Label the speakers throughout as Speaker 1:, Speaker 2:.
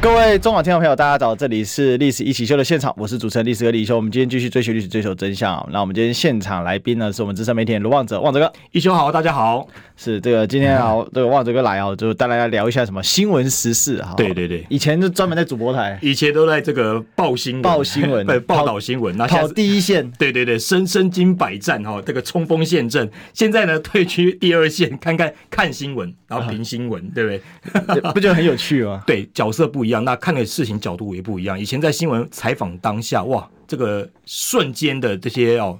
Speaker 1: 各位中广听众朋友，大家早，这里是《历史一起秀》的现场，我是主持人历史哥李修。我们今天继续追寻历史，追求真相啊。那我们今天现场来宾呢，是我们资深媒体人卢旺哲，旺哲哥
Speaker 2: 一休好，大家好。
Speaker 1: 是这个今天啊，这个旺哲哥来啊，就带大家聊一下什么新闻时事哈。
Speaker 2: 对对对
Speaker 1: 以前就专门在主播台
Speaker 2: 以前都在这个报新闻、
Speaker 1: 报新闻
Speaker 2: 对报道新闻，那现
Speaker 1: 跑
Speaker 2: 在
Speaker 1: 第一线，
Speaker 2: 对对对，身身经百战哈、哦，这个冲锋陷阵。现在呢，退居第二线，看看看新闻，然
Speaker 1: 啊
Speaker 2: 后评新闻，对不对？
Speaker 1: 不觉得很有趣吗？
Speaker 2: 对，角色不一样，那看的事情角度也不一样。以前在新闻采访当下，哇，这个瞬间的这些哦，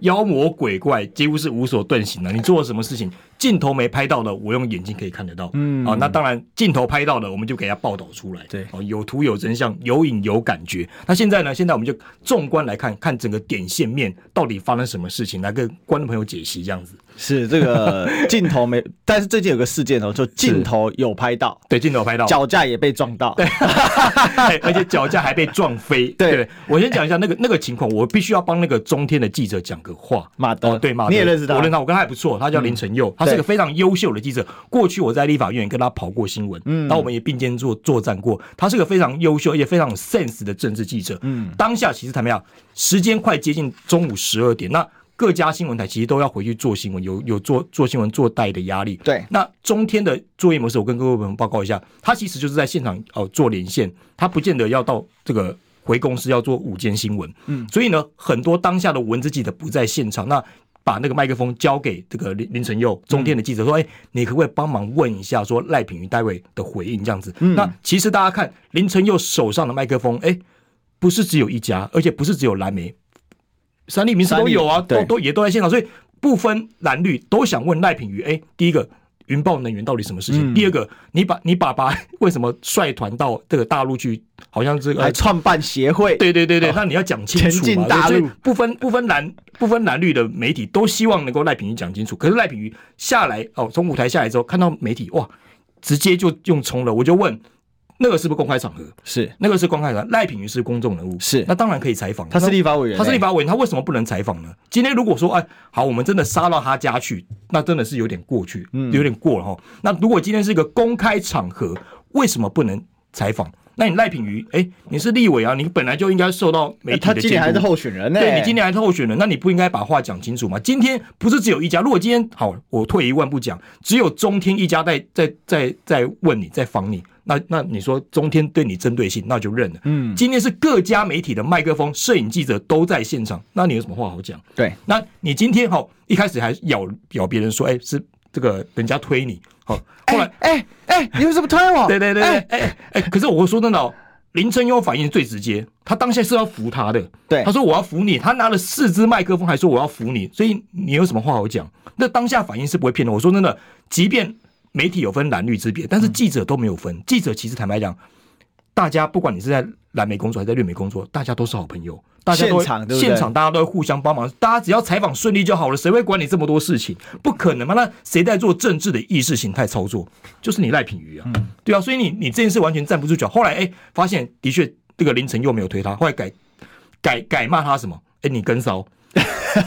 Speaker 2: 妖魔鬼怪几乎是无所遁形的。你做了什么事情，镜头没拍到的，我用眼睛可以看得到。嗯，啊，那当然，镜头拍到的，我们就给它报道出来。
Speaker 1: 对
Speaker 2: 哦，有图有真相，有影有感觉。那现在呢？现在我们就纵观来看，看整个点线面到底发生什么事情，来跟观众朋友解析这样子。
Speaker 1: 是这个镜头没， 但是最近有个事件哦，就镜头有拍到，
Speaker 2: 对，镜头拍到，
Speaker 1: 脚架也被撞到，对，
Speaker 2: 哎 而且脚架还被撞飞。
Speaker 1: 对
Speaker 2: 我先讲一下那个那个情况，我必须要帮那个中天的记者讲个话。
Speaker 1: 马德
Speaker 2: 哦对马德，
Speaker 1: 你也认识他嗯
Speaker 2: 我认识他，我跟他还不错，他叫林晨佑，他是
Speaker 1: 对
Speaker 2: 个非常优秀的记者。过去我在立法院跟他跑过新闻，嗯，然后我们也并肩作作战过。他是个非常优秀而且非常有 sense 的政治记者。嗯，当下其实他们要时间快接近中午十二点，那。各家新闻台其实都要回去做新闻，有有做做新闻做带的压力。
Speaker 1: 对
Speaker 2: 那中天的作业模式，我跟各位朋友报告一下，他其实就是在现场哦、呃做连线，他不见得要到这个回公司要做午间新闻。嗯，所以呢，很多当下的文字记者不在现场，那把那个麦克风交给这个林林晨佑中天的记者说：“哎、你可不可以帮忙问一下，说赖品妤待会的回应这样子？”那其实大家看林晨佑手上的麦克风，哎、不是只有一家，而且不是只有蓝莓，三立名士都有啊，
Speaker 1: 三立
Speaker 2: 都
Speaker 1: 对
Speaker 2: 都也都在现场，所以不分蓝绿都想问赖品妤，哎，第一个。云豹能源到底什么事
Speaker 1: 嗯
Speaker 2: 情？第二个，你把你爸爸 为什么率团到这个大陆去？好像这个呃
Speaker 1: 还创办协会，
Speaker 2: 对对对对，那你要讲清楚
Speaker 1: 哦前
Speaker 2: 嘛。
Speaker 1: 进大
Speaker 2: 对
Speaker 1: 陆
Speaker 2: 所以不分不分蓝不分蓝绿的媒体都希望能够赖品妤讲清楚。可是赖品妤下来哦，从舞台下来之后，看到媒体哇，直接就用冲了。我就问，那个是不是公开场合？
Speaker 1: 是
Speaker 2: 那个是公开场合，赖品妤是公众人物，
Speaker 1: 是
Speaker 2: 那当然可以采访。
Speaker 1: 他是立法委员欸，
Speaker 2: 他是立法委员，他为什么不能采访呢？今天如果说，哎，好，我们真的杀到他家去，那真的是有点过去，
Speaker 1: 嗯
Speaker 2: 有点过了哈。那如果今天是一个公开场合，为什么不能采访？那你赖品妤，哎，你是立委啊，你本来就应该受到媒
Speaker 1: 哎
Speaker 2: 体的
Speaker 1: 他今年还
Speaker 2: 监
Speaker 1: 是
Speaker 2: 督
Speaker 1: 候选人呢，
Speaker 2: 对你今年还是候选人，那你不应该把话讲清楚吗？今天不是只有一家，如果今天好，我退一万步讲，只有中天一家在在在在问你，在防你，那那你说中天对你针对性，那就认了。嗯，今天是各家媒体的麦克风、摄影记者都在现场，那你有什么话好讲？
Speaker 1: 对，
Speaker 2: 那你今天好一开始还咬咬别人说，哎、是这个人家推你，好，后来、
Speaker 1: 哎哎哎，你为什么推我？
Speaker 2: 对对对对
Speaker 1: 哎，
Speaker 2: 哎哎哎！可是我说真的哦，林正英反应最直接，他当下是要服他的。
Speaker 1: 对
Speaker 2: 他说我要服你，他拿了四支麦克风，还说我要服你，所以你有什么话好讲？那当下反应是不会骗的。我说真的，即便媒体有分蓝绿之别，但是记者都没有分。记者其实坦白讲，大家不管你是在蓝莓工作还是在绿莓工作，大家都是好朋友，大家都会
Speaker 1: 现场对不对
Speaker 2: 现场大家都会互相帮忙，大家只要采访顺利就好了，谁会管你这么多事情？不可能嘛！那谁在做政治的意识形态操作？就是你赖品妤啊，
Speaker 1: 嗯
Speaker 2: 对啊，所以你你这件事完全站不住脚。后来哎、发现的确这个凌晨又没有推他，后来哎改改改骂他什么？哎、你 跟骚。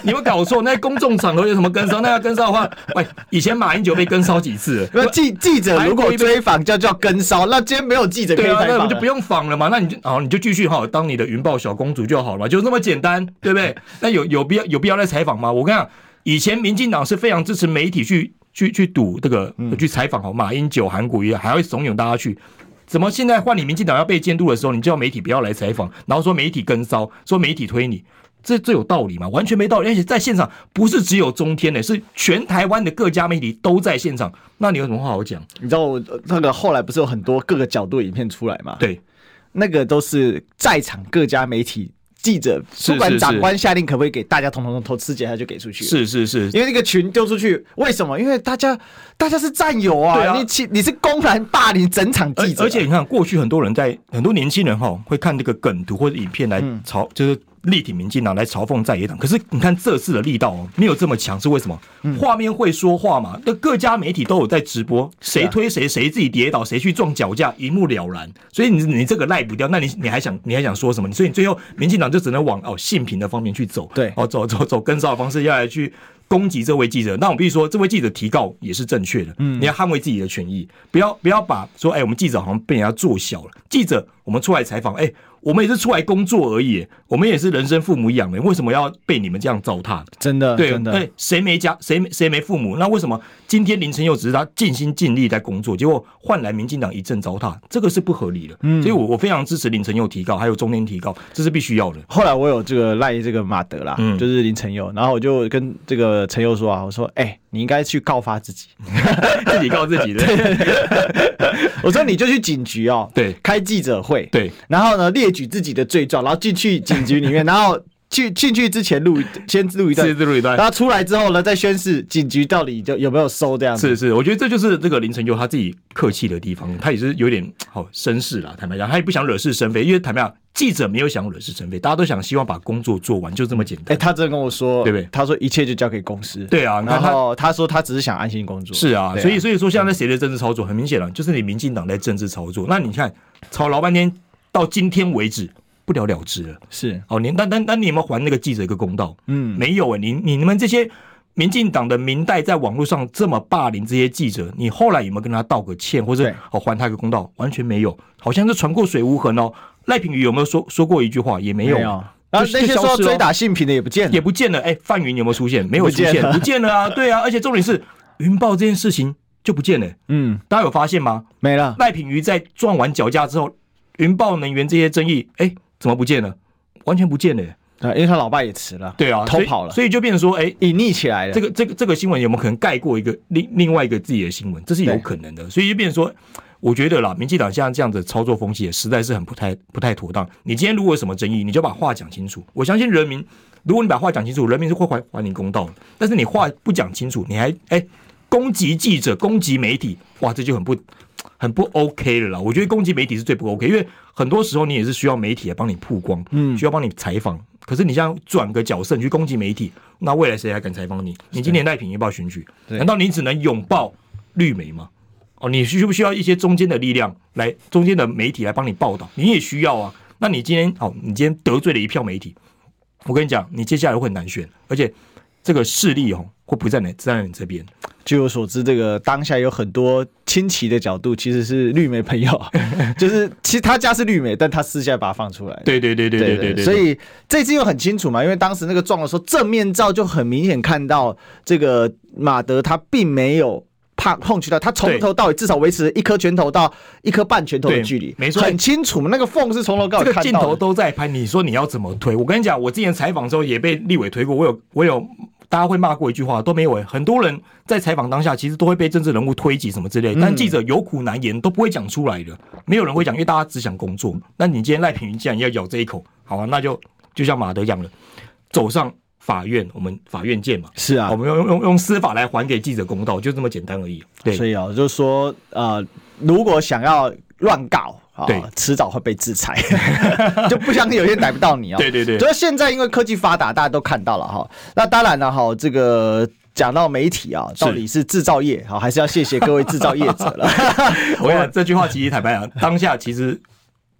Speaker 2: 你有没有搞错？那在公众场合有什么跟骚？那要跟骚的话，喂，以前马英九被跟骚几次了？
Speaker 1: 那记记者如果追访就叫跟梢，那今天没有记者可以
Speaker 2: 对啊，
Speaker 1: 采
Speaker 2: 那
Speaker 1: 访
Speaker 2: 我们就不
Speaker 1: 了，
Speaker 2: 用仿了嘛，那你就好，你就继续好当你的云豹小公主就好了嘛，就这么简单，对 不对？那有有必要有必要来采访吗？我跟你讲，以前民进党是非常支持媒体去去去赌这个去采访好马英九、韩国瑜，还会怂恿大家去。怎么现在换你民进党要被监督的时候，你叫媒体不要来采访，然后说媒体跟骚，说媒体推你，这这有道理吗？完全没道理。而且在现场不是只有中天的、是全台湾的各家媒体都在现场，那你有什么话好讲？
Speaker 1: 你知道我那个后来不是有很多各个角度的影片出来嘛？，
Speaker 2: 对，
Speaker 1: 那个都是在场各家媒体记者，
Speaker 2: 是
Speaker 1: 主管
Speaker 2: 是
Speaker 1: 长官下令可不可以给大家统统投吃检，他就给出去了。
Speaker 2: 是是是，
Speaker 1: 因为那个群丢出去，为什么？因为大家大家是战友啊，
Speaker 2: 对啊
Speaker 1: 你其你是公然霸凌整场
Speaker 2: 而
Speaker 1: 记者啊、嗯
Speaker 2: 而且你看，过去很多人在很多年轻人哈会看这个梗图或者影片来嘲，就是力挺民进党来嘲讽在野党。可是你看这次的力道、哦、没有这么强，是为什么？
Speaker 1: 嗯
Speaker 2: 画面会说话嘛？那各家媒体都有在直播，
Speaker 1: 啊
Speaker 2: 谁推谁，谁自己跌倒，谁去撞脚架，一目了然。所以你你这个赖不掉，那你你还想你还想说什么？所以你最后民进党就只能往哦性平的方面去走，
Speaker 1: 对
Speaker 2: 哦走走走跟骚的方式要来去。攻击这位记者，那我必须说，这位记者提告也是正确的。嗯，你要捍卫自己的权益，不要不要把说，哎、我们记者好像被人家做小了。记者，我们出来采访，哎、我们也是出来工作而已，我们也是人生父母养的，为什么要被你们这样糟蹋？
Speaker 1: 真的，
Speaker 2: 对，
Speaker 1: 呃
Speaker 2: 哎
Speaker 1: 真的，
Speaker 2: 对，谁没家，谁没谁没父母？那为什么今天林晨佑只是他尽心尽力在工作，结果换来民进党一阵糟蹋，这个是不合理的。嗯，所以我我非常支持林晨佑提告，还有中天提告，这是必须要的。
Speaker 1: 后来我有这个赖这个马德啦，
Speaker 2: 嗯
Speaker 1: 就是林晨佑，然后我就跟这个陈佑说啊，我说，哎、你应该去告发自己，
Speaker 2: 自己告自己的，
Speaker 1: 我说你就去警局哦，
Speaker 2: 对
Speaker 1: 开记者会，
Speaker 2: 对，
Speaker 1: 然后呢列举自己的罪状，然后进去警局 里面，然后去进去之前录一先录一段
Speaker 2: 是，这一段
Speaker 1: 然。后出来之后呢再宣誓警局到底就有没有收这样子，
Speaker 2: 是是，我觉得这就是这个林晨佑他自己客气的地方，他也是有点好、绅士啦。坦白讲，他也不想惹是生非，因为坦白讲，记者没有想惹是生非，大家都想希望把工作做完，就这么简
Speaker 1: 哎、
Speaker 2: 单。
Speaker 1: 他真的跟我说，
Speaker 2: 对不对
Speaker 1: 他说一切就交给公司，
Speaker 2: 对啊，你看
Speaker 1: 然
Speaker 2: 他
Speaker 1: 后他说他只是想安心工作，
Speaker 2: 是啊，
Speaker 1: 对
Speaker 2: 所以所以说现在谁的政治操作很明显了，就是你民进党在政治操作。那你看吵老半天，到今天为止不了了之了。
Speaker 1: 是
Speaker 2: 哦，你那那那你有没有还那个记者一个公道？
Speaker 1: 嗯
Speaker 2: 没有哎、你你你们这些民进党的民代在网络上这么霸凌这些记者，你后来有没有跟他道个歉，或者
Speaker 1: 对
Speaker 2: 哦还他一个公道？完全没有，好像是船过水无痕哦。赖品妤有没有说说过一句话？也没有，
Speaker 1: 然后
Speaker 2: 就
Speaker 1: 那些
Speaker 2: 就消
Speaker 1: 说
Speaker 2: 失了
Speaker 1: 追打性平的也不见了
Speaker 2: 也。不见了。哎、范云有没 有出现？没有
Speaker 1: 不
Speaker 2: 出
Speaker 1: 见
Speaker 2: 现，
Speaker 1: 了
Speaker 2: 不见 了啊，对啊。而且重点是云豹这件事情就不见了、
Speaker 1: 嗯，
Speaker 2: 大家有发现吗？
Speaker 1: 没了。
Speaker 2: 赖品妤在撞完脚架之后，云豹能源这些争议，哎、怎么不见了？完全不见了、
Speaker 1: 啊，因为他老爸也辞了，
Speaker 2: 对啊，
Speaker 1: 偷跑了，
Speaker 2: 所以所以就变成说，哎、
Speaker 1: 隐匿起来了。
Speaker 2: 这
Speaker 1: 个
Speaker 2: 个这个这个新闻有没有可能盖过一个另另外一个自己的新闻？这是有
Speaker 1: 对
Speaker 2: 可能的，所以就变成说，我觉得啦，民进党现在这样子操作风气也实在是很不太不太妥当。你今天如果有什么争议，你就把话讲清楚。我相信人民，如果你把话讲清楚，人民是会还还你公道的。但是你话不讲清楚，你还哎攻击记者、攻击媒体，哇，这就很不很不 OK 了啦。我觉得攻击媒体是最不 OK，因为很多时候你也是需要媒体来帮你曝光，嗯，需要帮你采访。可是你像转个角色，你去攻击媒体，那未来谁还敢采访你？你今年赖品要不要选举？
Speaker 1: 对
Speaker 2: 难道你只能拥抱绿媒吗？哦，你需不需要一些中间的力量来，中间的媒体来帮你报道？你也需要啊。那你今天好、你今天得罪了一票媒体，我跟你讲，你接下来会很难选，而且这个势力哦会不在你在你这边。
Speaker 1: 据我所知，这个当下有很多亲戚的角度其实是绿媒 朋友，就是其实他家是绿媒，但他私下把它放出来。
Speaker 2: 对对对对对对对，
Speaker 1: 所以这次又很清楚嘛，因为当时那个撞的时候，正面照就很明显看到这个马德他并没有。怕碰去到他从
Speaker 2: 对
Speaker 1: 头到尾至少维持一颗拳头到一颗半拳头的
Speaker 2: 对
Speaker 1: 距离，
Speaker 2: 没错
Speaker 1: 很清楚嘛。那个缝是从头到尾
Speaker 2: 这个
Speaker 1: 看
Speaker 2: 镜
Speaker 1: 到
Speaker 2: 头
Speaker 1: 的。
Speaker 2: 都在拍，你说你要怎么推？我跟你讲，我之前采访的时候也被立委推过，我有我有。大家会骂过一句话，都没有、欸。很多人在采访当下，其实都会被政治人物推挤什么之类，
Speaker 1: 嗯
Speaker 2: 但记者有苦难言，都不会讲出来的，没有人会讲，因为大家只想工作。那你今天赖品妤既然要咬这一口，好啊，那就就像马德讲了，走上法院，我们法院见嘛。
Speaker 1: 是啊
Speaker 2: 我，们用用用司法来还给记者公道，就这么简单而已。对，
Speaker 1: 所以啊、就是说，呃，如果想要乱搞。啊
Speaker 2: 对，
Speaker 1: 迟早会被制 裁，就不相信有些人逮不到你哦。
Speaker 2: 对对对
Speaker 1: 主要现在因为科技发达，大家都看到了哈。那当然了哈，这个讲到媒体啊，到底是制造业好，还是要谢谢各位制造业者 了。
Speaker 2: 我想这句话其实坦白讲，当下其实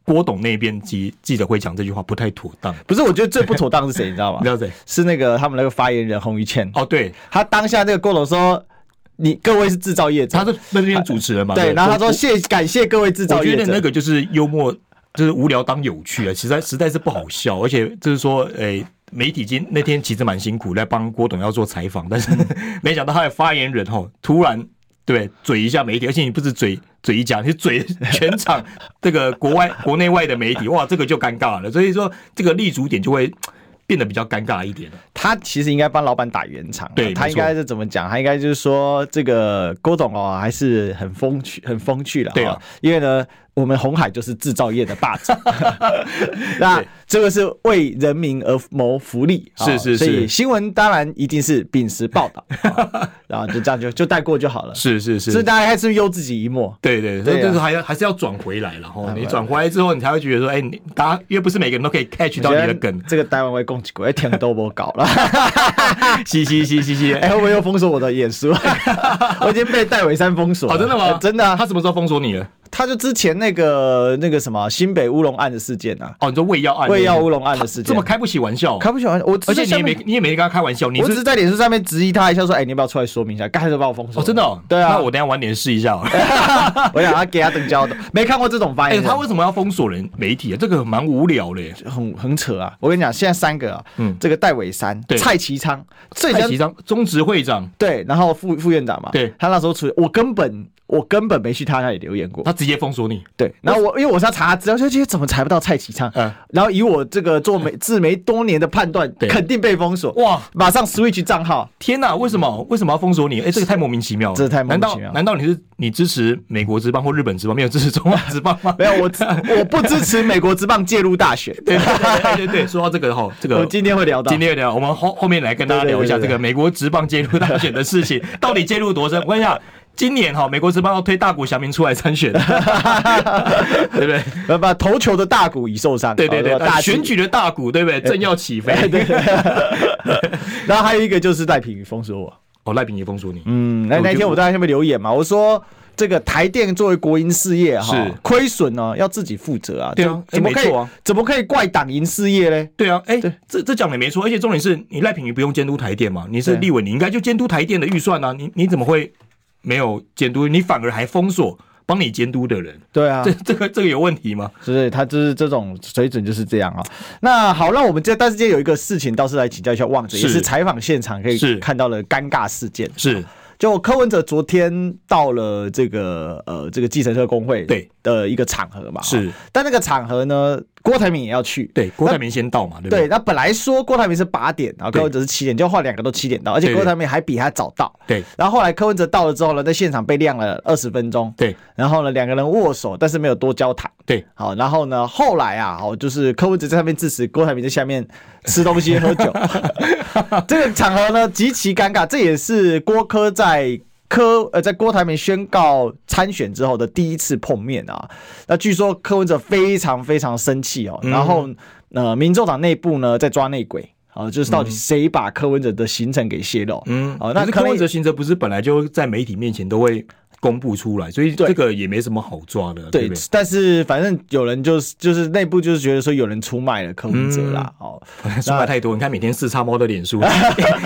Speaker 2: 郭董那边记记者会讲这句话不太妥当，
Speaker 1: 不是，我觉得最不妥当是谁，你知道吗
Speaker 2: 你知？道谁？
Speaker 1: 是那个他们那个发言人洪于倩，
Speaker 2: 哦，对，
Speaker 1: 他当下那个郭董说：“你各位是制造业者。
Speaker 2: 他是那边主持人”嘛。
Speaker 1: 对，然后他说
Speaker 2: 我
Speaker 1: 谢感谢各位制造
Speaker 2: 我觉
Speaker 1: 业
Speaker 2: 得
Speaker 1: 者
Speaker 2: 那。个就是幽默，就是无聊当有趣啊，实在实在是不 好笑，而且就是说，诶、媒体今那天其实蛮辛苦，在帮郭董要做采访，但是
Speaker 1: 嗯
Speaker 2: 没想到他的发言人哦，突然对嘴一下媒体，而且你不是嘴嘴一家，你是嘴全场这个国外 国内外的媒体，哇，这个就尴尬了。所以说，这个立足点就会变得比较尴尬一点了。
Speaker 1: 他其实应该帮老板打圆场啊，
Speaker 2: 对
Speaker 1: 他
Speaker 2: 没
Speaker 1: 应
Speaker 2: 错
Speaker 1: 该是怎么讲？他应该就是说，这个郭董哦，还是很风趣，很风趣的、
Speaker 2: 对啊，
Speaker 1: 因为呢，我们红海就是制造业的霸 主，那这个是为人民而谋福利，啊
Speaker 2: 是是
Speaker 1: 所以
Speaker 2: 是
Speaker 1: 新闻当然一定是秉持报 道，啊然后就这样就就带过就好了。
Speaker 2: 是是
Speaker 1: 所以
Speaker 2: 是，
Speaker 1: 大家还是忧自己一默。
Speaker 2: 对对，
Speaker 1: 对啊
Speaker 2: 对但是还要还是要转回来了哈。你转回来之后，你才会觉得说，哎，你大家因为不是每个人都可以 catch 到你的梗
Speaker 1: 我觉得，这个台湾会供给国，天都不搞了。
Speaker 2: 嘻嘻嘻嘻嘻。
Speaker 1: 哎、会不会又封锁我的演说？ 我已经被戴伟山封锁了。
Speaker 2: 哦，真的
Speaker 1: 呃
Speaker 2: 吗？
Speaker 1: 真的啊，
Speaker 2: 他
Speaker 1: 他
Speaker 2: 什么时候封锁你了？
Speaker 1: 他就之前那个那个什么新北乌龙案的事件啊，
Speaker 2: 哦，你说胃药案，
Speaker 1: 胃药乌龙案的事
Speaker 2: 这
Speaker 1: 件，
Speaker 2: 么开不起玩笑哦，
Speaker 1: 开不起玩笑。我
Speaker 2: 而且你也
Speaker 1: 只是
Speaker 2: 没
Speaker 1: 下面，
Speaker 2: 你也没跟他开玩笑，你
Speaker 1: 我只是
Speaker 2: 是
Speaker 1: 在脸书上面质疑他一下，说：“哎、你要不要出来说明一下？”刚才就把我封锁
Speaker 2: 哦，
Speaker 1: 了、
Speaker 2: 真的哦，
Speaker 1: 对啊，
Speaker 2: 那我等一下晚点试一下哦。
Speaker 1: 我想他给他等交的，没看过这种发
Speaker 2: 哎，
Speaker 1: 言、
Speaker 2: 他为什么要封锁人媒体啊？这个蛮无聊的耶。
Speaker 1: 很很扯啊！我跟你讲，现在三个啊，
Speaker 2: 嗯
Speaker 1: 这个戴伟山、
Speaker 2: 对
Speaker 1: 蔡其昌、最佳
Speaker 2: 蔡其昌，中执会长，
Speaker 1: 对，然后副副院长嘛，
Speaker 2: 对
Speaker 1: 他那时候出，我根本我根本没去他那里留言过，
Speaker 2: 他直接封锁你。
Speaker 1: 对，然后我因为我是要查资料，就觉得怎么查不到蔡启昌，
Speaker 2: 嗯
Speaker 1: 然后以我这个做媒自媒多年的判断，
Speaker 2: 对
Speaker 1: 肯定被封锁，
Speaker 2: 哇，
Speaker 1: 马上 switch 账号，
Speaker 2: 天呐，为什么为什么要封锁你？哎、这个太莫名其妙了，
Speaker 1: 这太莫名其妙
Speaker 2: 难道难道你是你支持美国之棒或日本之棒，没有支持中华之棒吗？
Speaker 1: 没有 我我不支持美国职棒介入大选，
Speaker 2: 对对对对对，说到这个哈，这
Speaker 1: 我
Speaker 2: 个
Speaker 1: 今天会聊到
Speaker 2: 今天聊，我们后后面来跟大家聊一下
Speaker 1: 对对对
Speaker 2: 这
Speaker 1: 对
Speaker 2: 个美国职棒介入大选的事 情，到底介入多深？我跟你讲，今年哈，美国职棒要推大谷翔平出来 参选，对不对？
Speaker 1: 不不，投球的大股已受伤，
Speaker 2: 对对对，
Speaker 1: 好吧大
Speaker 2: 选
Speaker 1: 举，
Speaker 2: 举的大谷，对不对？正要 起飞，
Speaker 1: 然后还有一个就是赖品妤封锁我，
Speaker 2: 哦，赖品也封锁你，
Speaker 1: 嗯，那
Speaker 2: 我
Speaker 1: 那
Speaker 2: 就
Speaker 1: 天我在下面留言嘛，我说。这个台电作为国营事业哈
Speaker 2: 是，
Speaker 1: 亏损呢要自己负责啊，
Speaker 2: 对啊
Speaker 1: 就
Speaker 2: 哎
Speaker 1: 怎么可以
Speaker 2: 没错啊
Speaker 1: 怎么可以怪党营事业嘞？
Speaker 2: 对啊，哎、这这讲的没错，而且重点是你赖品妤不用监督台电嘛，你是
Speaker 1: 对
Speaker 2: 立委，你应该就监督台电的预算啊，你你怎么会没有监督？你反而还封锁帮你监督的人，
Speaker 1: 对啊，
Speaker 2: 这这个这个有问题吗？
Speaker 1: 所以他就是这种水准就是这样啊。那好，那我们这但是今天有一个事情倒是来请教一下旺仔，
Speaker 2: 是
Speaker 1: 也是采访现场可
Speaker 2: 是
Speaker 1: 以看到了尴尬事件。
Speaker 2: 是
Speaker 1: 就柯文哲昨天到了这个呃这个计程车工会
Speaker 2: 对
Speaker 1: 的一个场合嘛，
Speaker 2: 是
Speaker 1: 哈，但那个场合呢，郭台铭也要去。
Speaker 2: 对，郭台铭先到嘛，对不
Speaker 1: 对，
Speaker 2: 对？
Speaker 1: 那本来说郭台铭是八点，然后柯文哲是七点，就后来两个都七点到，而且
Speaker 2: 对
Speaker 1: 郭台铭还比他早到。
Speaker 2: 对
Speaker 1: 然后后来柯文哲到了之后呢，在现场被晾了二十分钟。
Speaker 2: 对
Speaker 1: 然后呢，两个人握手，但是没有多交谈。
Speaker 2: 对，
Speaker 1: 好，然后呢，后来啊，哦，就是柯文哲在上面致辞，郭台铭在下面吃东西喝 酒，这个场合呢极其尴尬，这也是郭柯在。柯呃，在郭台铭宣告参选之后的第一次碰面啊，那据说柯文哲非常非常生气哦，
Speaker 2: 嗯
Speaker 1: 然后呃，民众党内部呢在抓内鬼啊、就是到底谁把柯文哲的行程给泄露？
Speaker 2: 嗯，
Speaker 1: 哦，那
Speaker 2: 可是
Speaker 1: 可
Speaker 2: 柯
Speaker 1: 能
Speaker 2: 文哲行程不是本来就在媒体面前都会公布出来，所以这个也没什么好抓的，对
Speaker 1: 对
Speaker 2: 不对？，
Speaker 1: 但是反正有人就是就是内部就是觉得说有人出卖了柯文哲啦，
Speaker 2: 嗯
Speaker 1: 哦，
Speaker 2: 说话太多，你看每天四叉猫的 脸书，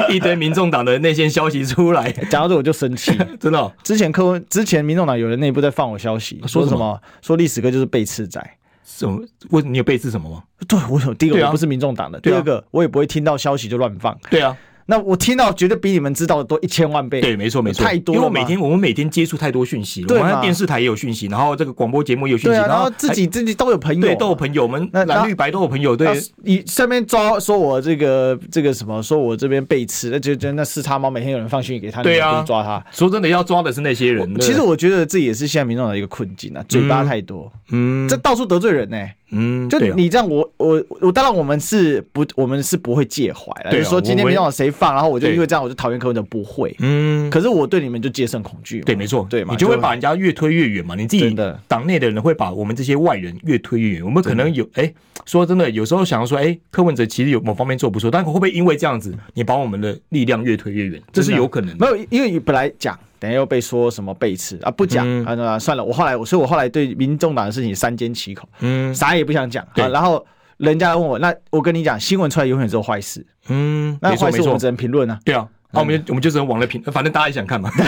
Speaker 2: 一堆民众党的内线消息出来，
Speaker 1: 讲到这我就生 气。
Speaker 2: 真的哦、
Speaker 1: 之前柯文之前民众党有人内部在放我消息，
Speaker 2: 说
Speaker 1: 说
Speaker 2: 什
Speaker 1: 什
Speaker 2: 么
Speaker 1: 么说历史哥就是背刺仔。
Speaker 2: 什么？问你有背刺什么吗？
Speaker 1: 对我有第一
Speaker 2: 对
Speaker 1: 个
Speaker 2: 啊
Speaker 1: 我不是民众党的，第
Speaker 2: 对啊
Speaker 1: 二个我也不会听到消息就乱放。
Speaker 2: 对啊，
Speaker 1: 那我听到绝对比你们知道的多一千万倍。啊
Speaker 2: 对，没错没错，
Speaker 1: 太多
Speaker 2: 因
Speaker 1: 了
Speaker 2: 为
Speaker 1: 嘛。
Speaker 2: 我每天我们每天接触太多讯息了，
Speaker 1: 对
Speaker 2: 我们
Speaker 1: 嘛
Speaker 2: 电视台也有讯息，然后这个广播节目也有讯
Speaker 1: 对
Speaker 2: 息，
Speaker 1: 啊，然后
Speaker 2: 后
Speaker 1: 自己自己都有朋友
Speaker 2: 还
Speaker 1: 啊，
Speaker 2: 对都有朋友，我们
Speaker 1: 那
Speaker 2: 蓝绿白都有朋友，对
Speaker 1: 那你上面抓说我这个这个什么，说我这边背刺，那就就那四叉猫每天有人放讯息给他，
Speaker 2: 对啊
Speaker 1: 你们不抓他。
Speaker 2: 说真的，要抓的是那些人。
Speaker 1: 其实我觉得这也是现在民众的一个困境啊，嘴巴太多，
Speaker 2: 嗯
Speaker 1: 这到处得罪人呢、
Speaker 2: 嗯，
Speaker 1: 就
Speaker 2: 对啊
Speaker 1: 你这样我，我我当然我们是不，我们是不会介怀了。
Speaker 2: 对
Speaker 1: 就
Speaker 2: 啊
Speaker 1: 是说今天
Speaker 2: 我们
Speaker 1: 民众有谁放，然后我就
Speaker 2: 对
Speaker 1: 因为这样我就讨厌柯文哲，不会。
Speaker 2: 嗯，
Speaker 1: 可是我对你们就戒慎恐惧嘛。
Speaker 2: 对，没错，
Speaker 1: 对嘛，
Speaker 2: 你就会把人家越推越远嘛。你自己
Speaker 1: 真的
Speaker 2: 党内的人会把我们这些外人越推越远。我们可能有哎，说真的，有时候想要说，哎，柯文哲其实有某方面做不错，但会不会因为这样子，你把我们的力量越推越远？这是有可能的。
Speaker 1: 没有，因为本来讲，等一下又被说什么背刺啊，不讲、
Speaker 2: 嗯
Speaker 1: 啊，那算了。我后来，我所以我后来对民众党的事情三缄其口，
Speaker 2: 嗯
Speaker 1: 啥也不想讲
Speaker 2: 对
Speaker 1: 啊。然后人家问我，那我跟你讲，新闻出来永远只有坏事，
Speaker 2: 嗯，
Speaker 1: 那
Speaker 2: 没错
Speaker 1: 坏
Speaker 2: 没
Speaker 1: 事我
Speaker 2: 错
Speaker 1: 们，只能评论啊。
Speaker 2: 对啊，那、我们就我们就只能网络评，反正大家也想看嘛，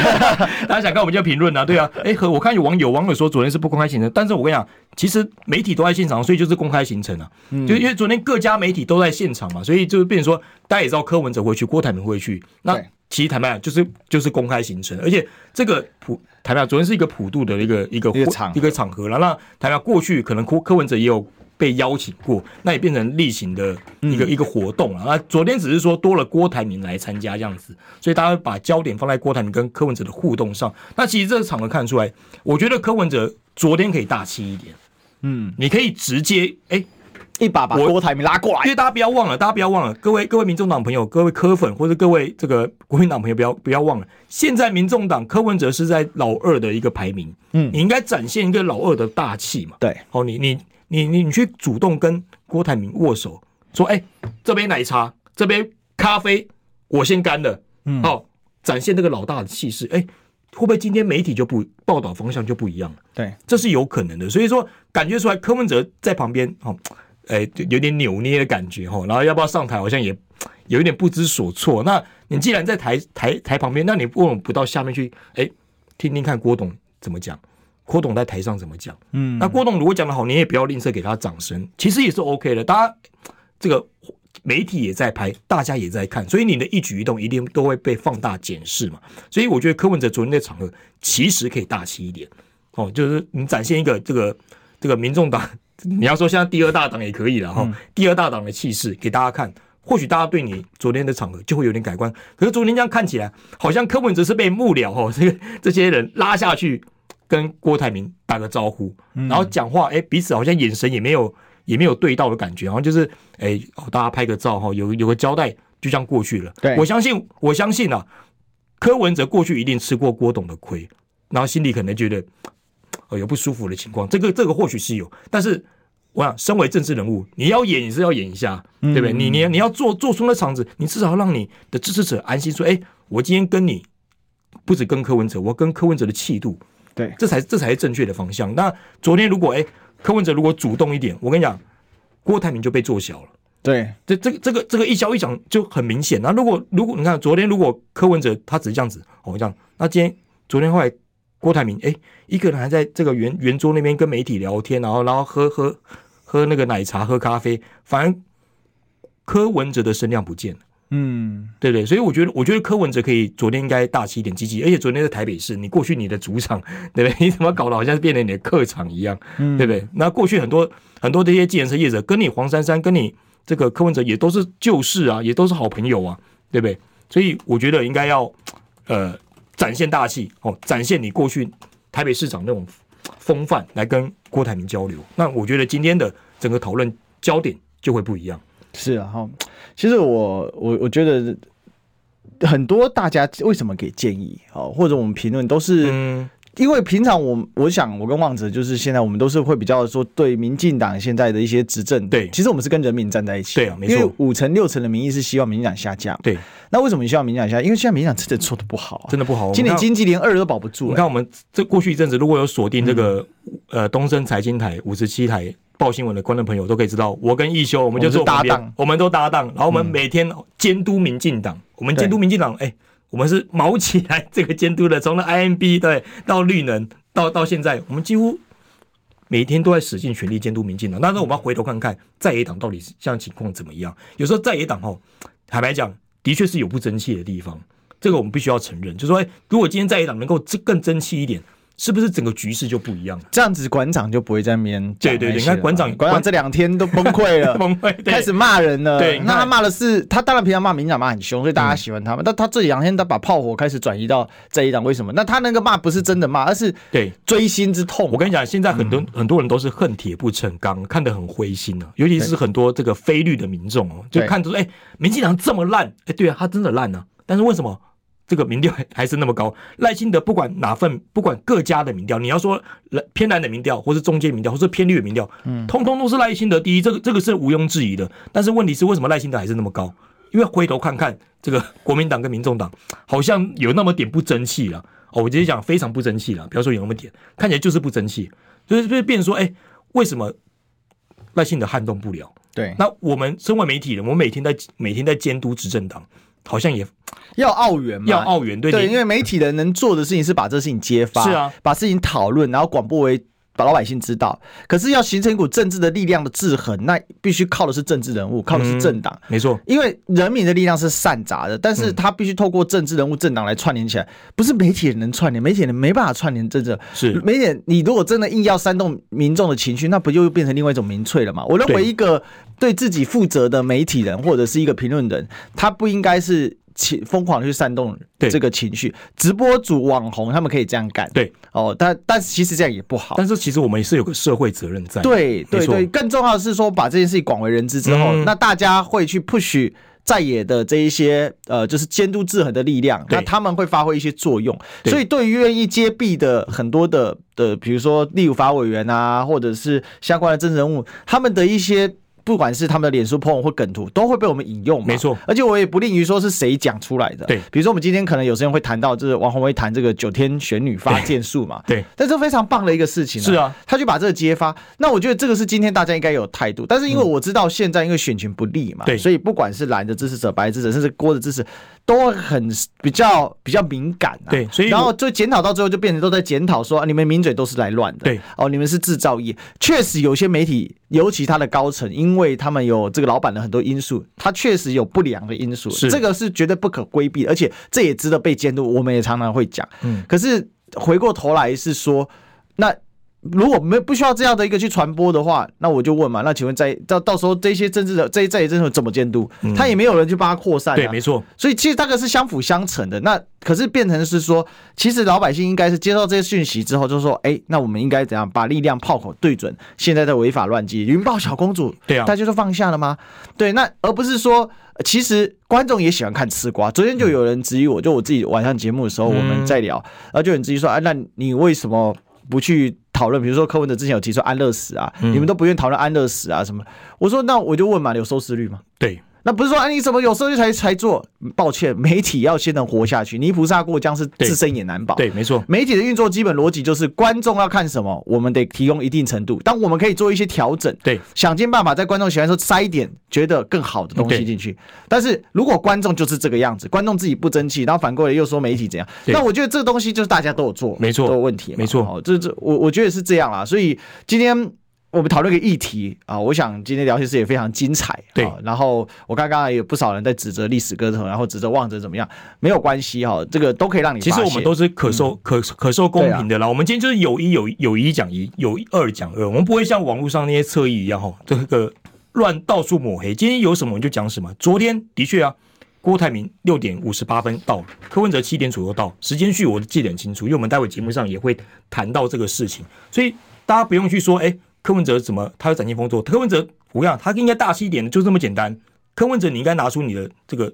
Speaker 2: 大家想看我们就评论啊，对啊。哎、和我看有网友网友说昨天是不公开行程，但是我跟你讲，其实媒体都在现场，所以就是公开行程啊。就因为昨天各家媒体都在现场嘛，所以就是变成说大家也知道柯文哲会去，郭台铭会去，那
Speaker 1: 对。
Speaker 2: 其实坦白讲，就是就是公开行程，而且这个普坦白讲，昨天是一个普渡的一个一个
Speaker 1: 一个场合
Speaker 2: 一个场合了。那坦白讲，过去可能柯柯文哲也有被邀请过，那也变成例行的一个、一个活动啊了。那昨天只是说多了郭台铭来参加这样子，所以大家会把焦点放在郭台铭跟柯文哲的互动上。那其实这个场合看得出来，我觉得柯文哲昨天可以大气一点，嗯，你可以直接哎。
Speaker 1: 一把把
Speaker 2: 我
Speaker 1: 郭台铭拉过
Speaker 2: 因
Speaker 1: 来，
Speaker 2: 为大家不要忘了，大家不要忘了，各位各位民众党朋友，各位柯粉或者各位这个国民党朋友，不要不要忘了，现在民众党柯文哲是在老二的一个排名，嗯，你应该展现一个老二的大气嘛，
Speaker 1: 对，
Speaker 2: 好、你你你你你去主动跟郭台铭握手，说，哎、这杯奶茶，这杯咖啡，我先干了，嗯，好、展现这个老大的气势，哎、会不会今天媒体就不报道方向就不一样了？
Speaker 1: 对，
Speaker 2: 这是有可能的。所以说，感觉出来柯文哲在旁边，哦，哎，有点扭捏的感觉，哦，然后要不要上台，好像也有一点不知所措。那你既然在台台台旁边，那你为什么不到下面去，哎，听听看郭董怎么讲？郭董在台上怎么讲？嗯，那郭董如果讲得好，你也不要吝啬给他掌声，其实也是 OK 的。大家这个媒体也在拍，大家也在看，所以你的一举一动一定都会被放大检视嘛。所以我觉得柯文哲昨天的场合其实可以大气一点哦，就是你展现一个这个这个民众党，你要说现在第二大党也可以了哈、第二大党的气势给大家看。或许大家对你昨天的场合就会有点改观，可是昨天这样看起来，好像柯文哲是被幕僚哦，这个这些人拉下去跟郭台铭打个招呼，然后讲话，哎、彼此好像眼神也没有也没有对到的感觉，好像就是哎、哦大家拍个照哈，有有个交代，就这样过去了。
Speaker 1: 对
Speaker 2: 我相信，我相信啊，柯文哲过去一定吃过郭董的亏，然后心里可能觉得呃有不舒服的情况，这个这个或许是有，但是我想，身为政治人物，你要演也是要演一下，对不对？你你你要做做出那场子，你至少要让你的支持者安心说，哎，我今天跟你不止跟柯文哲，我跟柯文哲的气度，
Speaker 1: 对
Speaker 2: 这才这才是正确的方向。那昨天如果哎柯文哲如果主动一点，我跟你讲，郭台铭就被做小了。
Speaker 1: 对，
Speaker 2: 这这个这个这个一消一讲就很明显。那如果如果你看昨天，如果柯文哲他只是这样子，哦这样，那今天昨天后来郭台铭哎一个人还在这个圆圆桌那边跟媒体聊天，然后然后喝喝喝那个奶茶喝咖啡，反而柯文哲的声量不见了。
Speaker 1: 嗯，
Speaker 2: 对不对？所以我觉得，我觉得柯文哲可以昨天应该大气一点、积极，而且昨天在台北市，你过去你的主场，对不 对？你怎么搞得好像是变成你的客场一样，对不对？那过去很多很多这些计程车业者，跟你黄珊珊，跟你这个柯文哲也都是旧事啊，也都是好朋友啊，对不对？所以我觉得应该要呃展现大气哦，展现你过去台北市长那种风范来跟郭台铭交流。那我觉得今天的整个讨论焦点就会不一样。
Speaker 1: 是啊，哈，其实我我我觉得很多大家为什么给建议哦，或者我们评论都是、
Speaker 2: 嗯，
Speaker 1: 因为平常我我想我跟望子就是现在我们都是会比较说对民进党现在的一些执政，
Speaker 2: 对
Speaker 1: 其实我们是跟人民站在一起，
Speaker 2: 对啊没错
Speaker 1: 因为五成六成的民意是希望民进党下架，，
Speaker 2: 对，
Speaker 1: 那为什么希望民进党下架？因为现在民进党真的做的不好、啊，
Speaker 2: 真的不好。
Speaker 1: 今年
Speaker 2: 我们看
Speaker 1: 经济连二都保不住、
Speaker 2: 你
Speaker 1: 欸，
Speaker 2: 看，我们这过去一阵子，如果有锁定这个、呃东森财经台五十七台报新闻的观众朋友，都可以知道，我跟义修我们就做
Speaker 1: 我们是搭档嗯
Speaker 2: 旁边我们都搭档，然后我们每天监督民进党，我们监督民进党，哎、我们是毛起来 这个监督的，从那 IMB 对到绿能到到现在，我们几乎。每一天都在使尽全力监督民进党，但是我们要回头看看在野党到底现在情况怎么样。有时候在野党哦，坦白讲，的确是有不争气的地方，这个我们必须要承认。就说，哎，如果今天在野党能够这更争气一点，是不是整个局势就不一样了？
Speaker 1: 这样子馆长就不会在那边讲
Speaker 2: 对对对
Speaker 1: 那些
Speaker 2: 你看
Speaker 1: 了
Speaker 2: 馆长
Speaker 1: 馆长这两天都崩溃 了，
Speaker 2: 崩溃
Speaker 1: 呃
Speaker 2: 对
Speaker 1: 开始骂人了。
Speaker 2: 对你看嗯
Speaker 1: 那他骂的是他，当然平常骂民进党骂很凶，所以大家喜欢他们。但他这两天他把炮火开始转移到这一党，为什么？那他那个骂不是真的骂，而是
Speaker 2: 对
Speaker 1: 锥心之痛。啊嗯
Speaker 2: 我跟你讲，现在很多、很多人都是恨铁不成钢，看得很灰心啊。尤其是很多这个非绿的民众哦，就
Speaker 1: 对
Speaker 2: 看着说，哎，民进党这么烂，哎，对啊，他真的烂啊。但是为什么这个民调还还是那么高？赖清德不管哪份，不管各家的民调，你要说蓝偏蓝的民调，或是中间民调，或是偏绿的民调，嗯，通通都是赖清德第一，这个这个是毋庸置疑的。但是问题是，为什么赖清德还是那么高？因为回头看看这个国民党跟民众党，好像有那么点不争气了。哦，我直接讲非常不争气了，不要说有那么点，看起来就是不争气，就是就是变成说，哎、为什么赖清德撼动不了？
Speaker 1: 对，
Speaker 2: 那我们身为媒体人，我们每天在每天在监督执政党，好像也
Speaker 1: 要澳元嘛，
Speaker 2: 要澳元对
Speaker 1: 对，
Speaker 2: 你
Speaker 1: 因为媒体人能做的事情是把这事情揭发，
Speaker 2: 是啊，
Speaker 1: 把事情讨论，然后广播为。把老百姓知道，可是要形成一股政治的力量的制衡，那必须靠的是政治人物，靠的
Speaker 2: 嗯
Speaker 1: 是政党。
Speaker 2: 没错，
Speaker 1: 因为人民的力量是散杂的，但是
Speaker 2: 嗯
Speaker 1: 他必须透过政治人物、政党来串联起来，不是媒体人能串联，媒体人没办法串联政治。
Speaker 2: 是
Speaker 1: 媒体人，你如果真的硬要煽动民众的情绪，那不就变成另外一种民粹了吗？我认为
Speaker 2: 对
Speaker 1: 一个对自己负责的媒体人或者是一个评论人，他不应该是情疯狂的去煽动
Speaker 2: 对
Speaker 1: 这个情绪。直播主、网红他们可以这样干，
Speaker 2: 对
Speaker 1: 哦，但但其实这样也不好。
Speaker 2: 但是其实我们也是有个社会责任在。
Speaker 1: 对
Speaker 2: 没
Speaker 1: 对
Speaker 2: 错
Speaker 1: 对，更重要的是说，把这件事情广为人知之后，
Speaker 2: 嗯
Speaker 1: 那大家会去 push 在野的这一些呃，就是监督制衡的力量，
Speaker 2: 对
Speaker 1: 那他们会发挥一些作用。
Speaker 2: 对
Speaker 1: 所以，对于愿意接弊的很多的的，比如说立法委员啊，或者是相关的政治人物，他们的一些。不管是他们的脸书 p 或梗图，都会被我们引用嘛。
Speaker 2: 没错
Speaker 1: 而且我也不吝于说是谁讲出来的。
Speaker 2: 对
Speaker 1: 比如说我们今天可能有些人会谈到，就是王宏威谈这个九天玄女发箭术嘛。
Speaker 2: 对，
Speaker 1: 但这非常棒的一个事情、
Speaker 2: 是啊，
Speaker 1: 他去把这个揭发。那我觉得这个是今天大家应该有态度，但是因为我知道现在因为选情不利嘛，
Speaker 2: 嗯对
Speaker 1: 所以不管是蓝的支持者、白的支持者，甚至郭的支持，都很比较比较敏感啊。
Speaker 2: 对所以我
Speaker 1: 然后就检讨到最后就变成都在检讨说、啊你们名嘴都是来乱的，
Speaker 2: 对，
Speaker 1: 哦，你们是制造业。确实有些媒体，尤其他的高层，因为他们有这个老板的很多因素，他确实有不良的因素，
Speaker 2: 是
Speaker 1: 这个是绝对不可规避，而且这也值得被监督。我们也常常会讲，
Speaker 2: 嗯，
Speaker 1: 可是回过头来是说，那如果没不需要这样的一个去传播的话，那我就问嘛，那请问在到到时候这些政治的这一在野政治人怎么监督？他也没有人去帮他扩散、啊，
Speaker 2: 嗯对，没错，
Speaker 1: 所以其实大概是相辅相成的。那可是变成是说，其实老百姓应该是接到这些讯息之后，就说，哎、那我们应该怎样把力量炮口对准现在的违法乱纪？云豹小公主，
Speaker 2: 对啊
Speaker 1: 大家都放下了吗？对，那而不是说，呃其实观众也喜欢看吃瓜。昨天就有人质疑
Speaker 2: 嗯
Speaker 1: 我，就我自己晚上节目的时候，我们在聊，然后就有人质疑说，哎、那你为什么不去？讨论，比如说柯文哲之前有提出安乐死啊，
Speaker 2: 嗯
Speaker 1: 你们都不愿意讨论安乐死啊什么？我说那我就问嘛，有收视率吗？
Speaker 2: 对，
Speaker 1: 那不是说啊，你怎么有时候才才做？抱歉，媒体要先能活下去，泥菩萨过江是
Speaker 2: 对
Speaker 1: 自身也难保。
Speaker 2: 对，没错，
Speaker 1: 媒体的运作基本逻辑就是观众要看什么，我们得提供一定程度，但我们可以做一些调整，
Speaker 2: 对，
Speaker 1: 想尽办法在观众喜欢的时候塞一点觉得更好的东西
Speaker 2: 对
Speaker 1: 进去。但是如果观众就是这个样子，观众自己不争气，然后反过来又说媒体怎样，
Speaker 2: 对
Speaker 1: 那我觉得这东西就是大家都有做，
Speaker 2: 没错
Speaker 1: 都有问题嘛，
Speaker 2: 没错
Speaker 1: 哦，这这我我觉得是这样啦，所以今天。我们讨论一个议题啊，我想今天聊天室也非常精彩。
Speaker 2: 对
Speaker 1: 啊然后我看刚才有不少人在指责历史歌手，然后指责望者怎么样，没有关系哈、这个都可以让你
Speaker 2: 其实
Speaker 1: 发
Speaker 2: 我
Speaker 1: 泄嗯啊
Speaker 2: 们都是可受、可可受公平的啦。我们今天就是有一有一有一讲一，有一二讲二，我们不会像网络上那些侧翼一样哈，这个乱到处抹黑。今天有什么我们就讲什么。昨天的确啊，郭台铭六点五十八分到了，柯文哲七点左右到，时间序我记得很清楚，因为我们待会节目上也会谈到这个事情，所以大家不用去说，哎，柯文哲怎么他会展现风度？柯文哲，我跟你讲，他应该大气一点，就这么简单。柯文哲，你应该拿出你的这个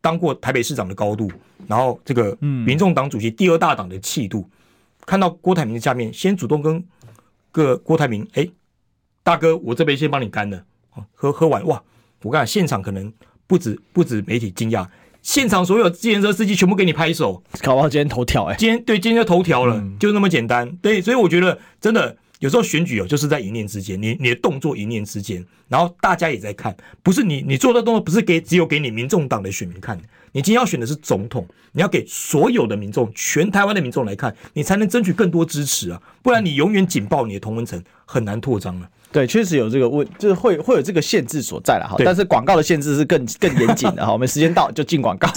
Speaker 2: 当过台北市长的高度，然后这个民众党主席第二大党的气度，看到郭台铭的下面，先主动跟个郭台铭，哎，大哥，我这杯先帮你干了，哦喝喝完哇，我跟你讲，现场可能不止不止媒体惊讶，现场所有自行车司机全部给你拍手，
Speaker 1: 搞不好今天头条哎、
Speaker 2: 今天对今天就头条了，就那么简单。对，所以我觉得真的有时候选举哦，就是在一念之间，你你的动作一念之间，然后大家也在看，不是你你做的动作不是给只有给你民众党的选民看，你今天要选的是总统，你要给所有的民众，全台湾的民众来看，你才能争取更多支持啊，不然你永远紧抱你的同文层，很难扩张了。
Speaker 1: 对，确实有这个问，就是会会有这个限制所在了哈。
Speaker 2: 对
Speaker 1: 但是广告的限制是更更严谨的哈。我们时间到就进广告。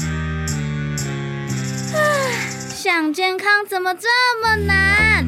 Speaker 3: 想健康怎么这么难？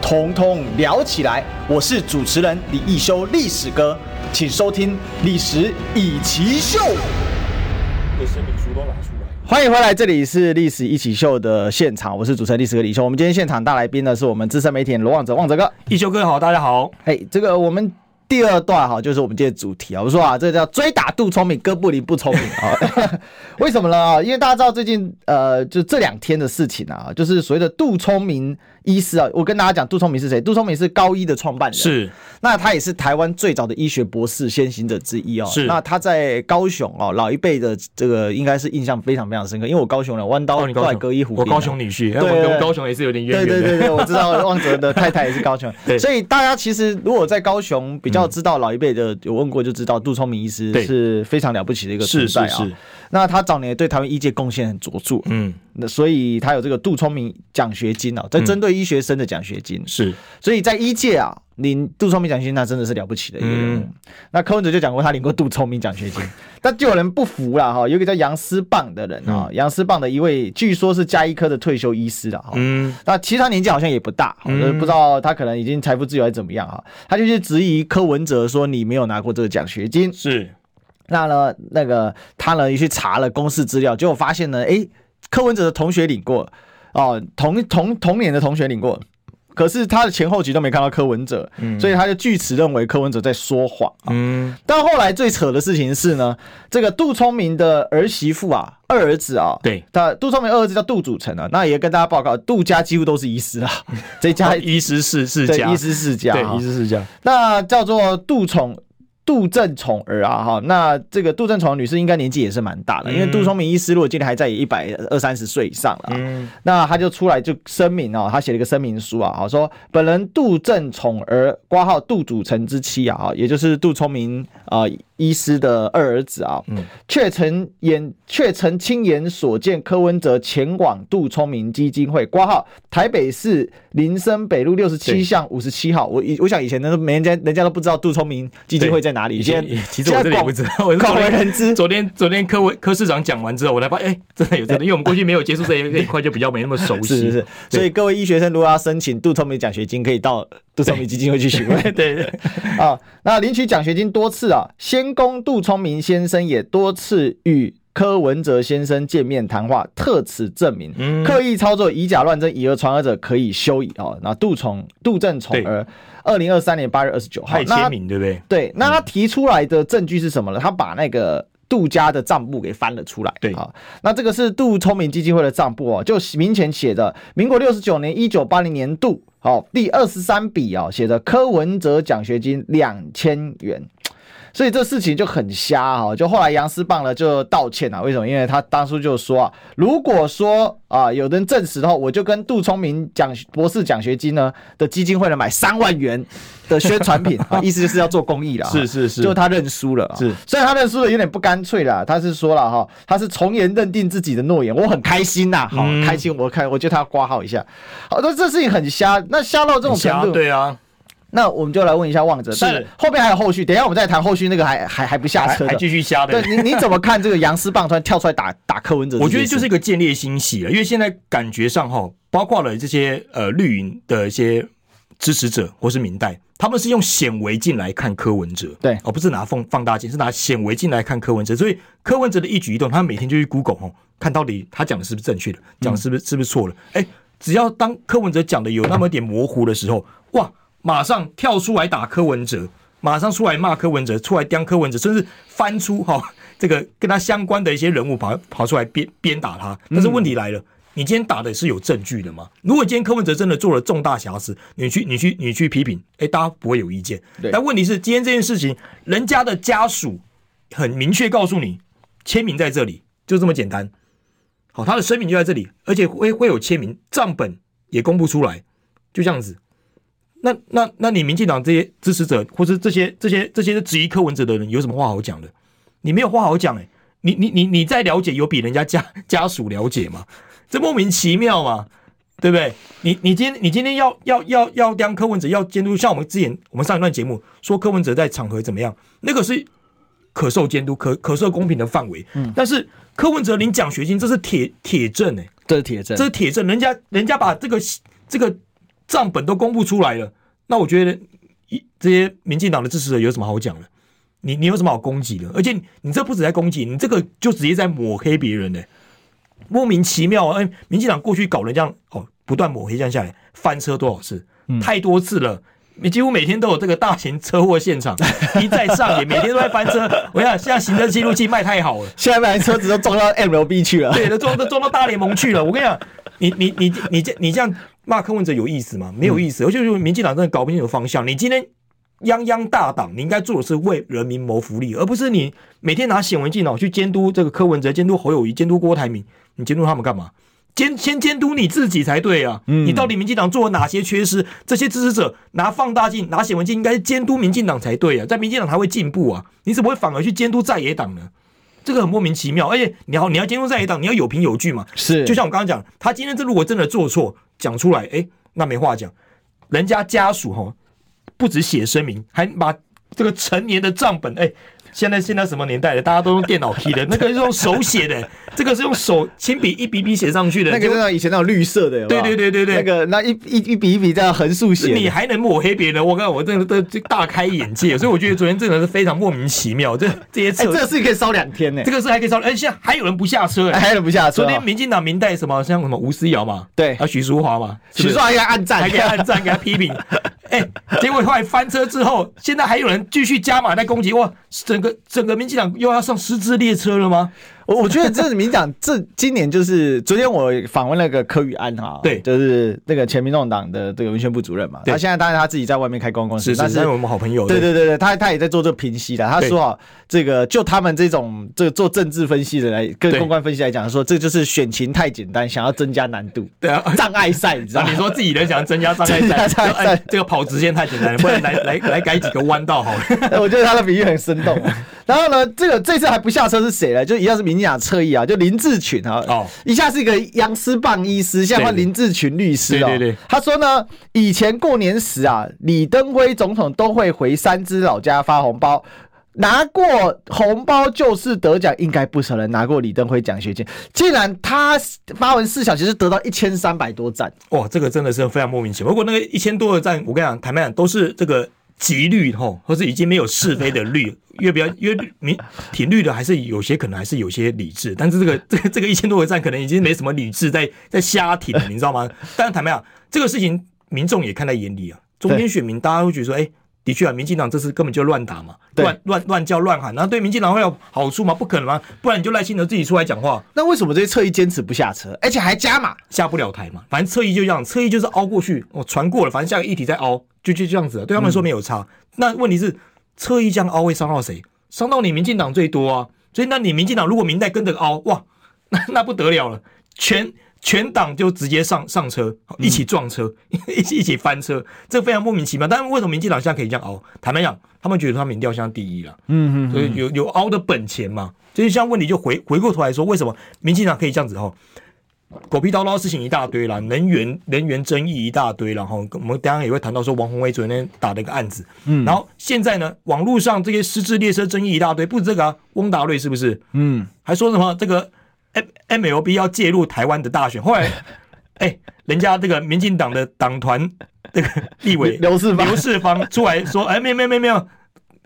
Speaker 4: 统统聊起来。我是主持人李一修，历史哥，请收听《历史以奇秀》。
Speaker 2: 你生命书都拿出来。
Speaker 1: 欢迎回来，这里是历史一起秀的现场，我是主持人历史哥李修。我们今天现场大来宾呢是我们资深媒体人罗望哲，望哲哥。
Speaker 2: 一休哥好，大家好。
Speaker 1: 哎，这个我们第二段哈，就是我们今天的主题啊。我说啊，这叫追打杜聪明，哥布林不聪明啊。 为什么呢？啊因为大家知道最近呃，就这两天的事情啊，就是所谓的杜聪明医师啊。我跟大家讲，杜聪明是谁？杜聪明是高一的创办人，
Speaker 2: 是
Speaker 1: 那他也是台湾最早的医学博士先行者之一哦。
Speaker 2: 是
Speaker 1: 那他在高雄哦，老一辈的这个应该是印象非常非常深刻，因为我高雄人，弯刀
Speaker 2: 哦，你高
Speaker 1: 断
Speaker 2: 雄
Speaker 1: 隔一湖、啊
Speaker 2: 我高雄。女婿，哎
Speaker 1: 对
Speaker 2: 我跟
Speaker 1: 对
Speaker 2: 我高雄也是有点
Speaker 1: 对
Speaker 2: 渊源的。
Speaker 1: 对对对，我知道汪哲的太太也是高雄人
Speaker 2: 对
Speaker 1: 所以大家其实如果在高雄比较要知道老一辈的有问过就知道，杜聪明医师
Speaker 2: 对
Speaker 1: 是非常了不起的一个存
Speaker 2: 是
Speaker 1: 在
Speaker 2: 是
Speaker 1: 啊、
Speaker 2: 是，
Speaker 1: 那他早年也对台湾医界贡献很卓著，
Speaker 2: 嗯，
Speaker 1: 那所以他有这个杜聪明奖学金啊，在针对医学生的奖学金。
Speaker 2: 是
Speaker 1: 所以在医界啊，领杜聪明奖学金那真的是了不起的一个人物。
Speaker 2: 嗯
Speaker 1: 那柯文哲就讲过，他领过杜聪明奖学金， 但就有人不服了哈。有一个叫杨思棒的人
Speaker 2: 嗯
Speaker 1: 啊，杨思棒的一位，据说是加医科的退休医师了哈。
Speaker 2: 嗯
Speaker 1: 那其实他年纪好像也不大，哈就是不知道他可能已经财富自由还是怎么样哈。他就是质疑柯文哲说你没有拿过这个奖学金。
Speaker 2: 是
Speaker 1: 那呢，那个他呢也去查了公示资料，结果发现呢，诶，柯文哲的同学领过，哦，同同同年的同学领过，可是他的前后集都没看到柯文哲，所以他就据此认为柯文哲在说谎。啊
Speaker 2: 嗯
Speaker 1: 但后来最扯的事情是呢，这个杜聪明的儿媳妇啊，二儿子啊，
Speaker 2: 对，
Speaker 1: 他杜聪明二儿子叫杜祖成啊，那也跟大家报告，杜家几乎都是医师啊， 这家
Speaker 2: 哦医师是世
Speaker 1: 对
Speaker 2: 家，
Speaker 1: 医师世家、啊，
Speaker 2: 对医师世家，
Speaker 1: 那叫做杜宠杜正宠儿啊，哈，那这个杜正宠儿女士应该年纪也是蛮大的，因为杜聪明医师如果今天还在，也一百二三十岁以上了啊、
Speaker 2: 嗯
Speaker 1: 那他就出来就声明哦，他写了一个声明书啊，好说本人杜正宠儿挂号杜祖成之妻啊，哈也就是杜聪明啊、呃医师的二儿子啊，
Speaker 2: 嗯
Speaker 1: 确曾眼确曾亲眼所见柯文哲前往杜聪明基金会挂号台北市林森北路六十七
Speaker 2: 对
Speaker 1: 巷五十七号。我以我想以前都没人家人家都不知道杜聪明基金会在哪里，
Speaker 2: 以前
Speaker 1: 现在
Speaker 2: 其实我这里也不知道，我
Speaker 1: 现
Speaker 2: 是
Speaker 1: 在广
Speaker 2: 昨
Speaker 1: 广为
Speaker 2: 天
Speaker 1: 人知。
Speaker 2: 昨天昨天柯文柯市长讲完之后，我才发现，哎，真的有真的，因为我们过去没有接触这一这一块，就比较没那么熟悉。
Speaker 1: 是是是，
Speaker 2: 对
Speaker 1: 所以各位医学生如果要申请杜聪明奖学金，可以到杜聪明基金会去询问。
Speaker 2: 对对对，
Speaker 1: 啊，那领取奖学金多次啊，先公杜聪明先生也多次与柯文哲先生见面谈话，特此证明，
Speaker 2: 嗯
Speaker 1: 刻意操作以假乱真，以讹传讹者可以休矣啊。那杜宠杜正宠儿，二零二三年八月二十九号，
Speaker 2: 派
Speaker 1: 那
Speaker 2: 签名对不对？
Speaker 1: 对，那他提出来的证据是什么呢？他把那个。杜家的账簿给翻了出来，
Speaker 2: 对
Speaker 1: 啊，那这个是杜聪明基金会的账簿哦，就明前写的民国六十九年一九八零年度，哦，第二十三笔哦，写的柯文哲奖学金两千元，所以这事情就很瞎哦。就后来杨思棒呢就道歉啊，为什么？因为他当初就说啊，如果说啊有人证实的话，我就跟杜聪明奖博士奖学金呢的基金会呢买三万元的宣传品，啊、意 思就是要做公益了。
Speaker 2: 是是是
Speaker 1: 就他认输了啊。
Speaker 2: 是
Speaker 1: 虽然他认输了有点不干脆啦，他是说了哈，他是从严认定自己的诺言，我很开心呐，好
Speaker 2: 嗯
Speaker 1: 开心，我看我觉得他要挂号一下。好，那这事情很瞎，那瞎到这种程
Speaker 2: 瞎
Speaker 1: 度，
Speaker 2: 对啊，
Speaker 1: 那我们就来问一下望哲，
Speaker 2: 是
Speaker 1: 但后面还有后续，等一下我们再谈后续那个还还还不下
Speaker 2: 还
Speaker 1: 车
Speaker 2: 还
Speaker 1: 的。
Speaker 2: 继续瞎的
Speaker 1: 对。你你怎么看这个杨思棒突然跳出来打打柯文哲这
Speaker 2: 我
Speaker 1: 件事？
Speaker 2: 觉得就是一个建立欣喜了，因为现在感觉上哈，包括了这些呃绿营的一些支持者或是明代，他们是用显微镜来看柯文哲，哦
Speaker 1: 对
Speaker 2: 而、不是拿放放大镜，是拿显微镜来看柯文哲。所以柯文哲的一举一动，他每天就去 Google 哦，看到底他讲的是不是正确的，
Speaker 1: 嗯
Speaker 2: 讲的是不是、是不是错了。哎，只要当柯文哲讲的有那么一点模糊的时候，哇，马上跳出来打柯文哲。马上出来骂柯文哲，出来刁柯文哲，甚至翻出哈、这个跟他相关的一些人物跑跑出来鞭鞭打他。但是问题来了，你今天打的是有证据的吗？如果今天柯文哲真的做了重大瑕疵，你去你去你去批评，哎，大家不会有意见
Speaker 1: 对。
Speaker 2: 但问题是，今天这件事情，人家的家属很明确告诉你，签名在这里，就这么简单。好，他的声明就在这里，而且会会有签名，账本也公布出来，就这样子。那那那你民进党这些支持者，或是这些这些这些质疑柯文哲的人，有什么话好讲的？你没有话好讲哎、你你你你再了解，有比人家 家家属了解吗？这莫名其妙嘛，对不对？你你今天你今天要要要要当柯文哲要监督，像我们之前我们上一段节目说柯文哲在场合怎么样，那个是可受监督、可可受公平的范围。但是柯文哲领奖学金，这是铁铁证哎、
Speaker 1: 这是铁证
Speaker 2: 这是铁证，人家人家把这个这个账本都公布出来了，那我觉得一这些民进党的支持者有什么好讲的？你你有什么好攻击的？而且你你这不止在攻击，你这个就直接在抹黑别人呢、莫名其妙啊！哎，民进党过去搞人这样哦，不断抹黑这样下来，翻车多少次？
Speaker 1: 嗯
Speaker 2: 太多次了。几乎每天都有这个大型车祸现场，一再上演，每天都在翻车。我想现在行车记录器卖太好了，
Speaker 1: 现在买车子都撞到 MLB 去了。
Speaker 2: 对，都撞都撞到大联盟去了。我跟你讲，你你你你这你这样骂柯文哲有意思吗？没有意思，而且就是民进党真的搞不清楚方向。你今天泱泱大党，你应该做的是为人民谋福利，而不是你每天拿显微镜哦去监督这个柯文哲、监督侯友谊、监督郭台铭，你监督他们干嘛？监先监督你自己才对啊！你到底民进党做了哪些缺失？这些支持者拿放大镜、拿显微镜，应该监督民进党才对啊！在民进党才会进步啊！你怎么会反而去监督在野党呢？这个很莫名其妙。而且你要你要监督在野党，你要有凭有据嘛。
Speaker 1: 是
Speaker 2: 就像我刚刚讲，他今天这如果真的做错，讲出来，哎，那没话讲。人家家属哈，不止写声明，还把这个成年的账本，哎。现在现在什么年代了？大家都用电脑 批的，那个是用手写的，这个是用手亲笔一笔笔写上去的。
Speaker 1: 那个
Speaker 2: 就
Speaker 1: 就像以前那种绿色的，有没有
Speaker 2: 对对对对对
Speaker 1: 那个那一一一笔一笔这样横竖写的，
Speaker 2: 你还能抹黑别人？我看我真的都大开眼界，所以我觉得昨天真的是非常莫名其妙。这这些
Speaker 1: 哎，
Speaker 2: 车，
Speaker 1: 这个事情可以烧两天呢
Speaker 2: 这，个是还可以烧，哎，现在还有人不下车
Speaker 1: 哎
Speaker 2: 哎。
Speaker 1: 还忍不下车
Speaker 2: 昨
Speaker 1: 啊。
Speaker 2: 天民进党明代什么像什么吴思瑶嘛，
Speaker 1: 对
Speaker 2: 啊许淑华嘛，是
Speaker 1: 许
Speaker 2: 不
Speaker 1: 硕
Speaker 2: 是
Speaker 1: 还给他暗赞，
Speaker 2: 还给他按赞，给他批 评，哎，结果后来翻车之后，现在还有人继续加码在攻击，哇，整个整个民进党又要上失智列车了吗？
Speaker 1: 我我觉得这民讲这今年就是昨天我访问那个柯宇安哈，
Speaker 2: 对
Speaker 1: 就是那个前民众党的这个文宣部主任嘛，
Speaker 2: 对
Speaker 1: 他现在当然他自己在外面开公关公司，但
Speaker 2: 我们好朋友，
Speaker 1: 对对对对，他他也在做这个评析的。他
Speaker 2: 哦对
Speaker 1: 说啊，这个就他们这种这个做政治分析的来跟
Speaker 2: 对
Speaker 1: 公关分析来讲，说这就是选情太简单，想要增加难度，
Speaker 2: 对啊，
Speaker 1: 障碍赛，你知道
Speaker 2: 然后
Speaker 1: 吗
Speaker 2: 你？说自己人想增加障碍
Speaker 1: 增加障
Speaker 2: 赛，
Speaker 1: 碍赛
Speaker 2: 哎，这个跑直线太简单了，不然来 来来改几个弯道好了。
Speaker 1: 我觉得他的比喻很生动、啊。然后呢，这个这次还不下车是谁呢？就一样是民进党侧翼啊，就林志群啊，
Speaker 2: 哦
Speaker 1: 一下是一个杨思棒医师，现在换
Speaker 2: 对对
Speaker 1: 林志群律师哦。
Speaker 2: 对对对
Speaker 1: 他说呢，以前过年时啊，李登辉总统都会回三芝老家发红包。拿过红包就是得奖，应该不少人拿过李登辉奖学金。竟然他发文四小时就得到一千三百多赞，
Speaker 2: 哇，这个真的是非常莫名其妙。如果那个一千多的赞，我跟你讲，坦白讲，都是这个极绿吼，或是已经没有是非的绿，越比较越绿民挺绿的，还是有些可能还是有些理智，但是这个 这个这个一千多的赞，可能已经没什么理智在在瞎挺了，你知道吗？ 但是坦白讲，这个事情民众也看在眼里啊，中间选民大家会觉得说，哎、的确啊，民进党这次根本就乱打嘛，
Speaker 1: 对
Speaker 2: 乱乱乱叫乱喊，然后对民进党会有好处吗？不可能啊，不然你就赖清德自己出来讲话，
Speaker 1: 那为什么这些侧翼坚持不下车，而且还加码？
Speaker 2: 下不了台嘛，反正侧翼就这样，侧翼就是凹过去，哦，传过了，反正下个议题再凹，就就这样子了。对他们来说没有差。那问题是，侧翼这样凹会伤到谁？伤到你民进党最多啊！所以，那你民进党如果明代跟着凹，哇，那那不得了了，全全党就直接上上车，好一起撞车， 一起一起翻车，这非常莫名其妙。但是为什么民进党现在可以这样凹？坦白讲，他们觉得他民调现在第一了。
Speaker 1: 嗯
Speaker 2: 所以有有凹的本钱嘛。所以像问题就回回过头来说，为什么民进党可以这样子吼？狗屁叨叨事情一大堆啦，能源能源争议一大堆啦，然后我们当然也会谈到说王宏威昨天打了一个案子，嗯，然后现在呢，网络上这些失智列车争议一大堆，不止这个啊，翁达瑞是不是？
Speaker 1: 嗯，
Speaker 2: 还说什么这个 M M L B 要介入台湾的大 选，后来哎、人家这个民进党的党团这个立委
Speaker 1: 刘世芳
Speaker 2: 刘世芳出来说，哎、没有没有没有没有。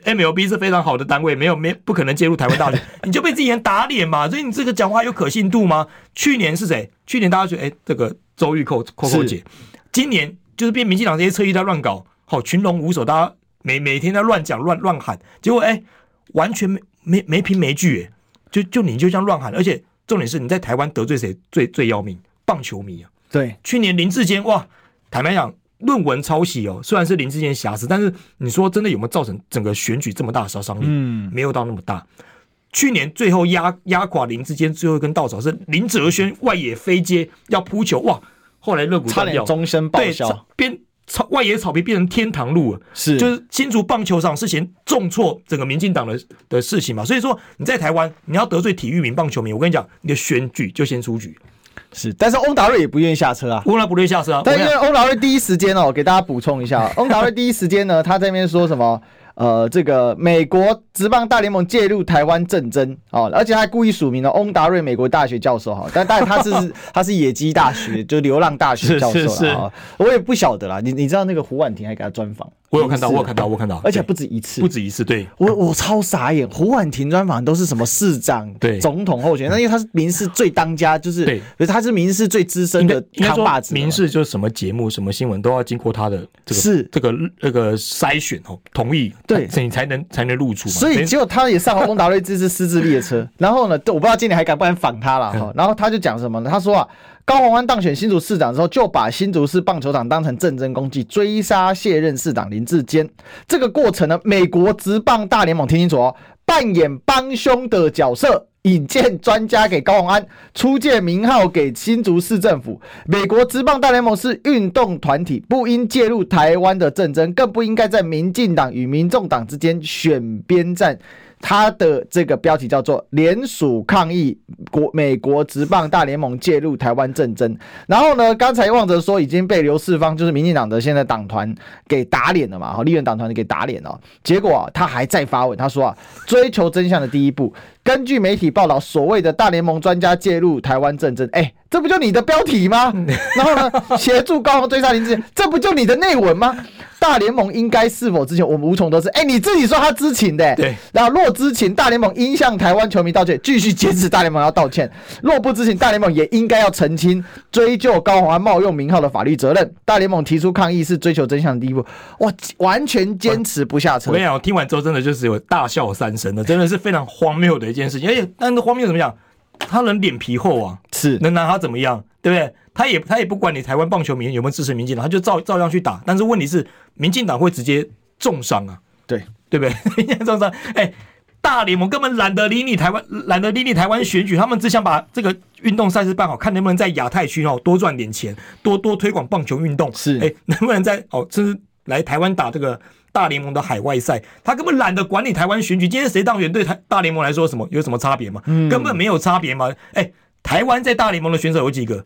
Speaker 2: MLB 是非常好的单位，没有没不可能介入台湾大选，你就被自己人打脸嘛，所以你这个讲话有可信度吗？去年是谁？去年大家觉得哎、这个周玉蔻蔻蔻
Speaker 1: 是
Speaker 2: 姐，今年就是变民进党这些侧翼在乱搞，好群龙无首，大家每每天在乱讲乱乱喊，结果哎、完全没没没凭没据、哎就就你就这样乱喊，而且重点是你在台湾得罪谁最最要命？棒球迷啊！
Speaker 1: 对，
Speaker 2: 去年林志坚哇，坦白讲，论文抄袭哦，虽然是林志坚瑕疵，但是你说真的有没有造成整个选举这么大的杀伤力？
Speaker 1: 嗯，
Speaker 2: 没有到那么大。去年最后压压垮林志坚最后一根稻草是林哲轩外野飞接要扑球哇，后来肋骨
Speaker 1: 差
Speaker 2: 断掉
Speaker 1: 点，终身报
Speaker 2: 对，
Speaker 1: 销
Speaker 2: 草。变草外野草皮变成天堂路了。
Speaker 1: 是
Speaker 2: 就是新竹棒球场事情重挫整个民进党的的事情嘛。所以说你在台湾，你要得罪体育民、棒球迷，我跟你讲，你的选举就先出局。
Speaker 1: 是，但是翁达瑞也不愿意下车啊。
Speaker 2: 乌拉不对下车啊！
Speaker 1: 但
Speaker 2: 我
Speaker 1: 因
Speaker 2: 跟你
Speaker 1: 为
Speaker 2: 讲
Speaker 1: 翁达瑞第一时间哦，给大家补充一 下哦，翁达瑞第一时间呢，他在那边说什么？呃，这个美国职棒大联盟介入台湾政争哦，而且他还故意署名了翁达瑞美国大学教授哈，但但 他是他是野鸡大学，就流浪大学教授
Speaker 2: 是是
Speaker 1: 了啊、我也不晓得啦，你你知道那个胡婉婷还给他专访，
Speaker 2: 我有看到，
Speaker 1: 一次
Speaker 2: 我有看到，我有看到，
Speaker 1: 而且
Speaker 2: 对
Speaker 1: 不止一次，
Speaker 2: 不止一次，对
Speaker 1: 我我超傻眼，胡婉婷专访都是什么市长、
Speaker 2: 对
Speaker 1: 总统候选人，那因为他是民事最当家，就是
Speaker 2: 对，
Speaker 1: 可是他是民事最资深
Speaker 2: 应该
Speaker 1: 的
Speaker 2: 应该
Speaker 1: 扛把
Speaker 2: 说
Speaker 1: 子嘛。
Speaker 2: 民事就是什么节目、什么新闻都要经过他的这个
Speaker 1: 是
Speaker 2: 这个这个筛选哦，同意
Speaker 1: 对
Speaker 2: 才你才能才能露出嘛。
Speaker 1: 所以
Speaker 2: 等于
Speaker 1: 结果他也上了翁达瑞这次失智列车， 然后呢，对我不知道今年还敢不敢访他 了哈。然后他就讲什么呢？他说啊，高鸿安当选新竹市长之后，就把新竹市棒球场当成政争工具，追杀卸任市长林志坚。这个过程呢，美国职棒大联盟听清楚哦，扮演帮凶的角色。引荐专家给高鸿安，出借名号给新竹市政府。美国职棒大联盟是运动团体，不应介入台湾的政争，更不应该在民进党与民众党之间选边站。他的这个标题叫做“联署抗议国美国职棒大联盟介入台湾政争”。然后呢，刚才望着说已经被刘世芳，就是民进党的现在党团给打脸了嘛，哈，立院党团给打脸了。结果、啊、他还在发问，他说啊，追求真相的第一步，根据媒体报道，所谓的大联盟专家介入台湾政争，哎、这不就你的标题吗？
Speaker 2: 嗯
Speaker 1: 然后 呢，协助高雄追杀林志坚，这不就你的内文吗？大联盟应该是否知情，我们无从得知。哎、你自己说他知情的、哎
Speaker 2: 对
Speaker 1: 然后若知情，大联盟应向台湾球迷道歉，继续坚持大联盟要道歉；若不知情，大联盟也应该要澄清，追究高虹安冒用名号的法律责任。大联盟提出抗议是追求真相的第一步。哇，完全坚持不下车
Speaker 2: 我跟。你讲，我听完之后真的就是有大笑三声的，真的是非常荒谬的一件事哎情。而且，但是荒谬怎么讲？他人脸皮厚啊，
Speaker 1: 是
Speaker 2: 能拿他怎么样？对不对？他也他也不管你台湾棒球迷有没有支持民进党，他就照照样去打。但是问题是，民进党会直接重伤啊，
Speaker 1: 对，
Speaker 2: 对不对？ 民进党重伤，哎，大联盟根本懒得理你台湾，懒得理你台湾选举，他们只想把这个运动赛事办好，看能不能在亚太区哦多赚点钱，多多推广棒球运动。
Speaker 1: 是
Speaker 2: 哎， 能不能在哦，这是来台湾打这个大联盟的海外赛，他根本懒得管理台湾选举。今天谁当选对台大联盟来说有什么有什么差别吗？根本没有差别嘛。哎，台湾在大联盟的选手有几个？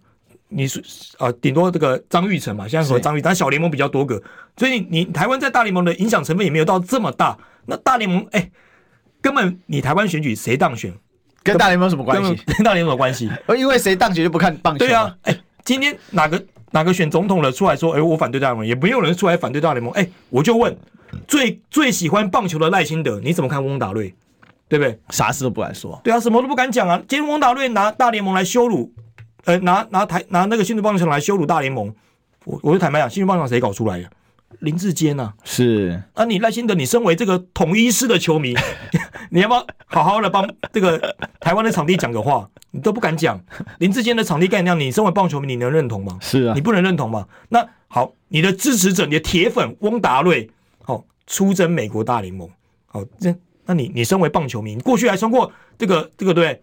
Speaker 2: 你是啊，顶多这个张玉成嘛，现在所谓张玉，但小联盟比较多个，所以你你台湾在大联盟的影响成分也没有到这么大。那大联盟哎，根本你台湾选举谁当选，
Speaker 1: 跟大联盟有什么关
Speaker 2: 根本
Speaker 1: 系？
Speaker 2: 跟大联盟有关系？
Speaker 1: 因为谁当选就不看棒球？
Speaker 2: 对啊，，哎、今天哪个哪个选总统了出来说，哎、我反对大联盟，也没有人出来反对大联盟。哎、我就问，最最喜欢棒球的赖清德，你怎么看翁达瑞？对不对？
Speaker 1: 啥事都不敢说。
Speaker 2: 对啊，什么都不敢讲啊。今天翁达瑞拿大联盟来羞辱，呃，拿拿台拿那个新竹棒球来羞辱大联盟，我我就坦白讲，新竹棒球谁搞出来的？林志坚呐、
Speaker 1: 是，
Speaker 2: 啊，你赖清德，你身为这个统一师的 球迷，你要不要好好的帮这个台湾的场地讲个话？你都不敢讲。林志坚的场地概念，你身为棒球迷，你能认同吗？
Speaker 1: 是啊
Speaker 2: 你不能认同嘛？那好，你的支持者，你的铁粉翁达瑞，哦，出征美国大联盟，哦，这那你你身为棒球迷，你过去还通过这个这个对不对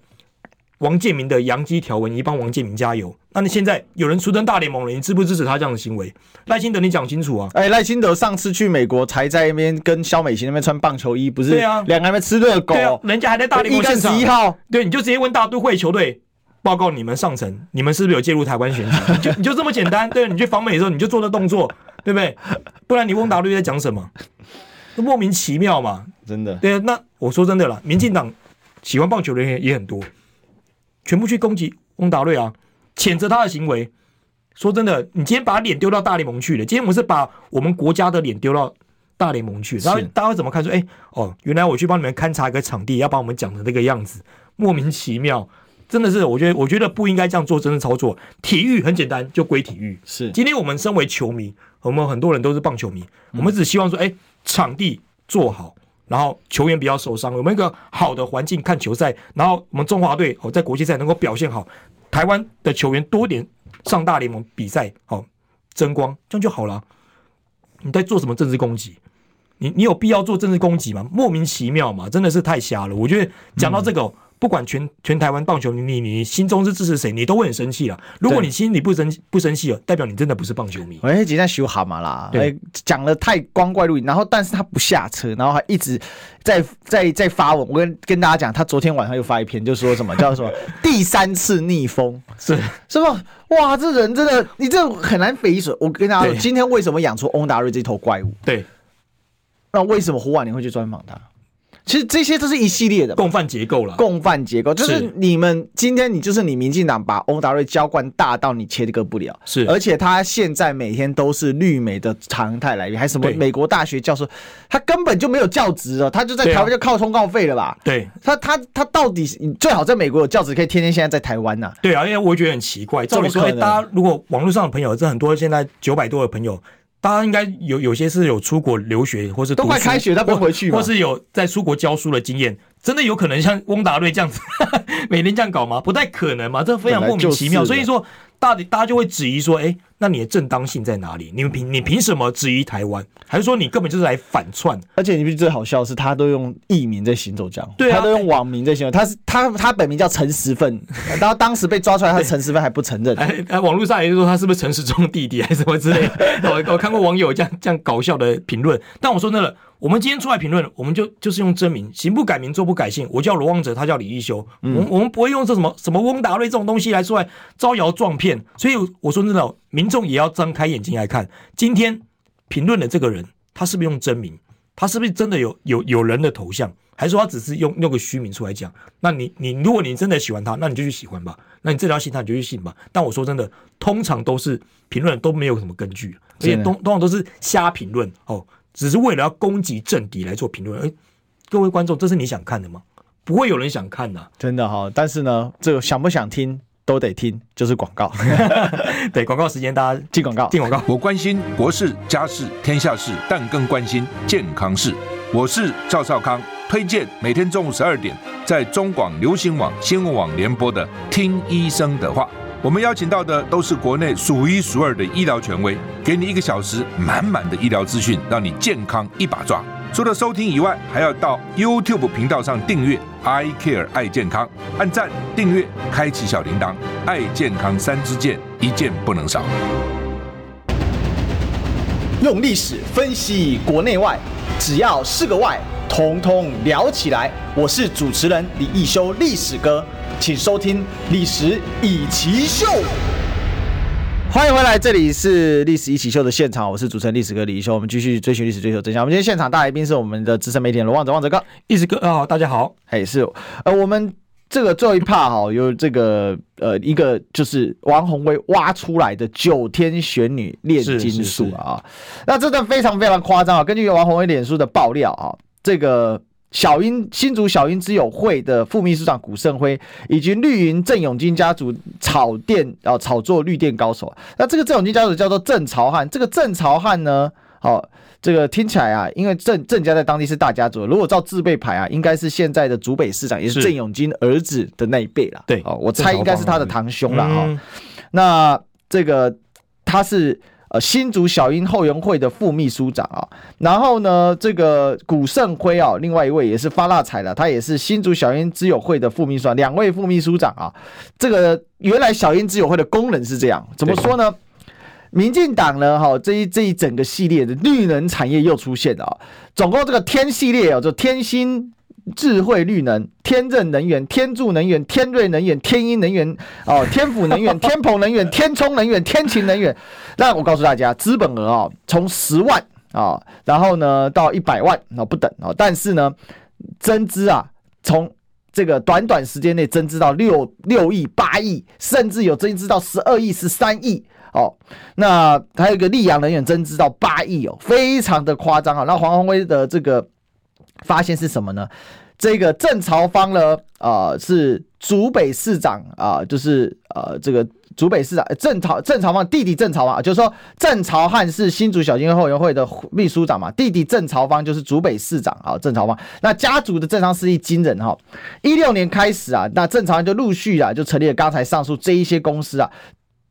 Speaker 2: 王建民的洋基条文，你帮王建民加油。那你现在有人出征大联盟了，你支不支持他这样的行为？赖清德，你讲清楚啊！
Speaker 1: 哎、赖清德上次去美国才在那边跟肖美琴那边穿棒球衣，不是？
Speaker 2: 对啊
Speaker 1: 两个人在那边吃热狗。
Speaker 2: 对啊，人家还在大联
Speaker 1: 一
Speaker 2: 盟
Speaker 1: 跟
Speaker 2: 现
Speaker 1: 十
Speaker 2: 场
Speaker 1: 一。号，
Speaker 2: 对，你就直接问大都会球队报告你们上层，你们是不是有介入台湾选举？你就你就这么简单，对，你去访美的时候你就做这动作，对不对？不然你翁达瑞在讲什么？那莫名其妙嘛。
Speaker 1: 真的
Speaker 2: 对，那我说真的啦，民进党喜欢棒球的人也很多，全部去攻击翁达瑞啊，谴责他的行为。说真的，你今天把脸丢到大联盟去了，今天我们是把我们国家的脸丢到大联盟去，然后大家会怎么看？说，哎，哦，原来我去帮你们勘察一个场地，要把我们讲成这个样子，莫名其妙，真的是，我觉得，我觉得不应该这样做，真的操作。体育很简单，就归体育。
Speaker 1: 是
Speaker 2: 今天我们身为球迷，我们很多人都是棒球迷，我们只希望说，哎、场地做好，然后球员不要受伤，我们一个好的环境看球赛，然后我们中华队哦在国际赛能够表现好，台湾的球员多点上大联盟比赛，哦好、争光，这样就好了。你在做什么政治攻击？你你有必要做政治攻击吗？莫名其妙嘛，真的是太瞎了。我觉得讲到这个哦，不管全全台湾棒球迷，你你心中是支持谁，你都会很生气了。如果你心里不生不生气了，代表你真的不是棒球迷。
Speaker 1: 我那集在哎修蛤蟆啦，
Speaker 2: 对
Speaker 1: 哎讲的太光怪陆离，然后但是他不下车，然后还一直在在在发文。我跟跟大家讲，他昨天晚上又发一篇，就说什么叫什 么第三次逆风，
Speaker 2: 是
Speaker 1: 什么哇，这人真的，你这很难匪夷所。我跟大家说，
Speaker 2: 对
Speaker 1: 今天为什么养出翁达瑞这头怪物？
Speaker 2: 对
Speaker 1: 那为什么胡婉玲会去专访他？其实这些都是一系列的嘛
Speaker 2: 共犯结构了。
Speaker 1: 共犯结构，就是
Speaker 2: 是
Speaker 1: 你们今天你就是你民进党把翁达瑞浇灌大到你切割不了，
Speaker 2: 是
Speaker 1: 而且他现在每天都是绿媒的常态来源，还什么
Speaker 2: 对
Speaker 1: 美国大学教授，他根本就没有教职哦了，他就在
Speaker 2: 对啊
Speaker 1: 台湾就靠通告费了吧？
Speaker 2: 对
Speaker 1: 他他他到底是你最好在美国有教职，可以天天现在在台湾呐、
Speaker 2: 对啊，因为我觉得很奇怪。照理
Speaker 1: 怎
Speaker 2: 说，
Speaker 1: 么
Speaker 2: 哎
Speaker 1: 可能
Speaker 2: 大家如果网络上的朋友，这很多现在九百多的朋友，大家应该有有些是有出国留学，或是
Speaker 1: 都
Speaker 2: 读
Speaker 1: 快
Speaker 2: 书
Speaker 1: 开学他不
Speaker 2: 或
Speaker 1: 回去吗
Speaker 2: 或是有在出国教书的经验，真的有可能像翁达瑞这样子 每天这样搞吗？不太可能嘛，这非常莫名其妙。
Speaker 1: 本来就是的
Speaker 2: 所以说，大大家就会质疑说，哎、那你的正当性在哪里？你们凭你凭什么质疑台湾？还是说你根本就是来反串？
Speaker 1: 而且你必须最好笑的是，他都用艺名在行走江湖，
Speaker 2: 对啊
Speaker 1: 他都用网名在行走。他是他他本名叫陈十 分，然后当时被抓出来，他陈十分还不承认。
Speaker 2: 哎，哎网络上也是说他是不是陈时中弟弟还是什么之类的我我看过网友这样这样搞笑的评论，但我说真的，我们今天出来评论，我们就就是用真名，行不改名，坐不改姓。我叫罗望哲，他叫李一修，我们我们不会用这什么什么翁达瑞这种东西来出来招摇撞骗。所以我说真的，民众也要张开眼睛来看，今天评论的这个人，他是不是用真名？他是不是真的有有有人的头像，还是说他只是用用个虚名出来讲？那你你如果你真的喜欢他，那你就去喜欢吧，那你这条信他你就去信吧。但我说真的，通常都是评论都没有什么根据，而且
Speaker 1: 真的
Speaker 2: 通通常都是瞎评论哦，只是为了要攻击政敌来做评论。哎，各位观众，这是你想看的吗？不会有人想看的啊、
Speaker 1: 真的哈、但是呢，这个想不想听都得听，就是广告，
Speaker 2: 对，广告时间，大家
Speaker 1: 进广告。
Speaker 2: 进广告。
Speaker 5: 我关心国事、家事、天下事，但更关心健康事。我是赵少康，推荐每天中午十二点在中广流行网、新闻网联播的《听医生的话》。我们邀请到的都是国内数一数二的医疗权威，给你一个小时满满的医疗资讯，让你健康一把抓。除了收听以外，还要到 YouTube 频道上订阅 “I Care 爱健康”，按赞、订阅、开启小铃铛，爱健康三支箭，一件不能少。
Speaker 4: 用历史分析国内外，只要是个“外”，统统聊起来。我是主持人李一修，历史哥，请收听《历史以奇秀》。
Speaker 1: 欢迎回来，这里是《历史一起秀》的现场，我是主持人历史哥李一修，我们继续追寻历史，追求真相。我们今天现场大来宾是我们的资深媒体人罗旺哲，旺哲哥，
Speaker 2: 一直哥啊、大家好，
Speaker 1: 哎是，呃，我们这个最后一趴哈，有这个呃一个就是王宏威挖出来的九天玄女炼金
Speaker 2: 是是
Speaker 1: 术
Speaker 2: 是
Speaker 1: 啊，那真的非常非常夸张啊！根据王宏威脸书的爆料啊，这个。小英新竹小英之友会的副秘书长古胜辉，以及绿营郑永金家族炒店啊、呃炒作绿电高手。啊那这个郑永金家族叫做郑朝汉，这个郑朝汉呢，好、这个听起来啊，因为郑郑家在当地是大家族，如果照字辈排啊，应该是现在的竹北市长，也是
Speaker 2: 是
Speaker 1: 郑永金儿子的那一辈啦。
Speaker 2: 对
Speaker 1: 哦，我猜应该是他的堂兄啦。哈、
Speaker 2: 嗯
Speaker 1: 那这个他是呃新竹小英后援会的副秘书长啊、然后呢，这个古胜辉啊、另外一位也是发大财了，他也是新竹小英之友会的副秘书长，两位副秘书长啊。这个原来小英之友会的功能是这样，怎么说呢？民进党呢，哈、这一这一整个系列的绿能产业又出现了啊、总共这个天系列哦，就天星智慧绿能、天正能源、天助能源、天瑞能源、天鹰能源、 哦天府能源、天鹏能源、天冲能源、天晴能源。那我告诉大家，资本额哦，从十万啊、哦然后呢到一百万哦不等哦，但是呢，增资啊，从这个短短时间内增资到六六亿、八亿，甚至有增资到十二亿、十三亿哦。那还有一个溧阳能源增资到八亿哦，非常的夸张啊。那黄宏威的这个发现是什么呢？这个郑朝芳呢，呃，是竹北市长啊、就是呃，这个竹北市长呃郑朝郑朝芳弟弟郑朝芳，就是说郑朝汉是新竹小金后援会的秘书长嘛，弟弟郑朝芳就是竹北市长啊、郑朝芳。那家族的政商势力惊人哈、一六年开始啊，那郑朝汉就陆续啊就成立了刚才上述这一些公司啊，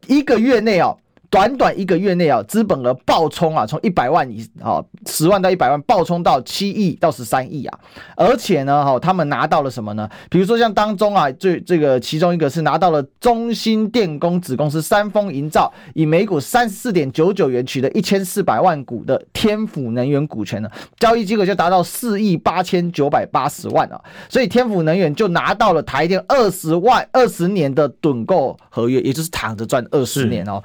Speaker 1: 一个月内哦，短短一个月内哦，资本额暴冲啊，从一百万以哦十万到一百万暴冲到七亿到十三亿啊！而且呢，哈、哦，他们拿到了什么呢？比如说像当中啊，最这个其中一个是拿到了中兴电工子公司三丰营造以每股三十四点九九元取得一千四百万股的天府能源股权呢，交易金额就达到四亿八千九百八十万啊！所以天府能源就拿到了台电二十万二十年的趸购合约，也就是躺着赚二十年哦，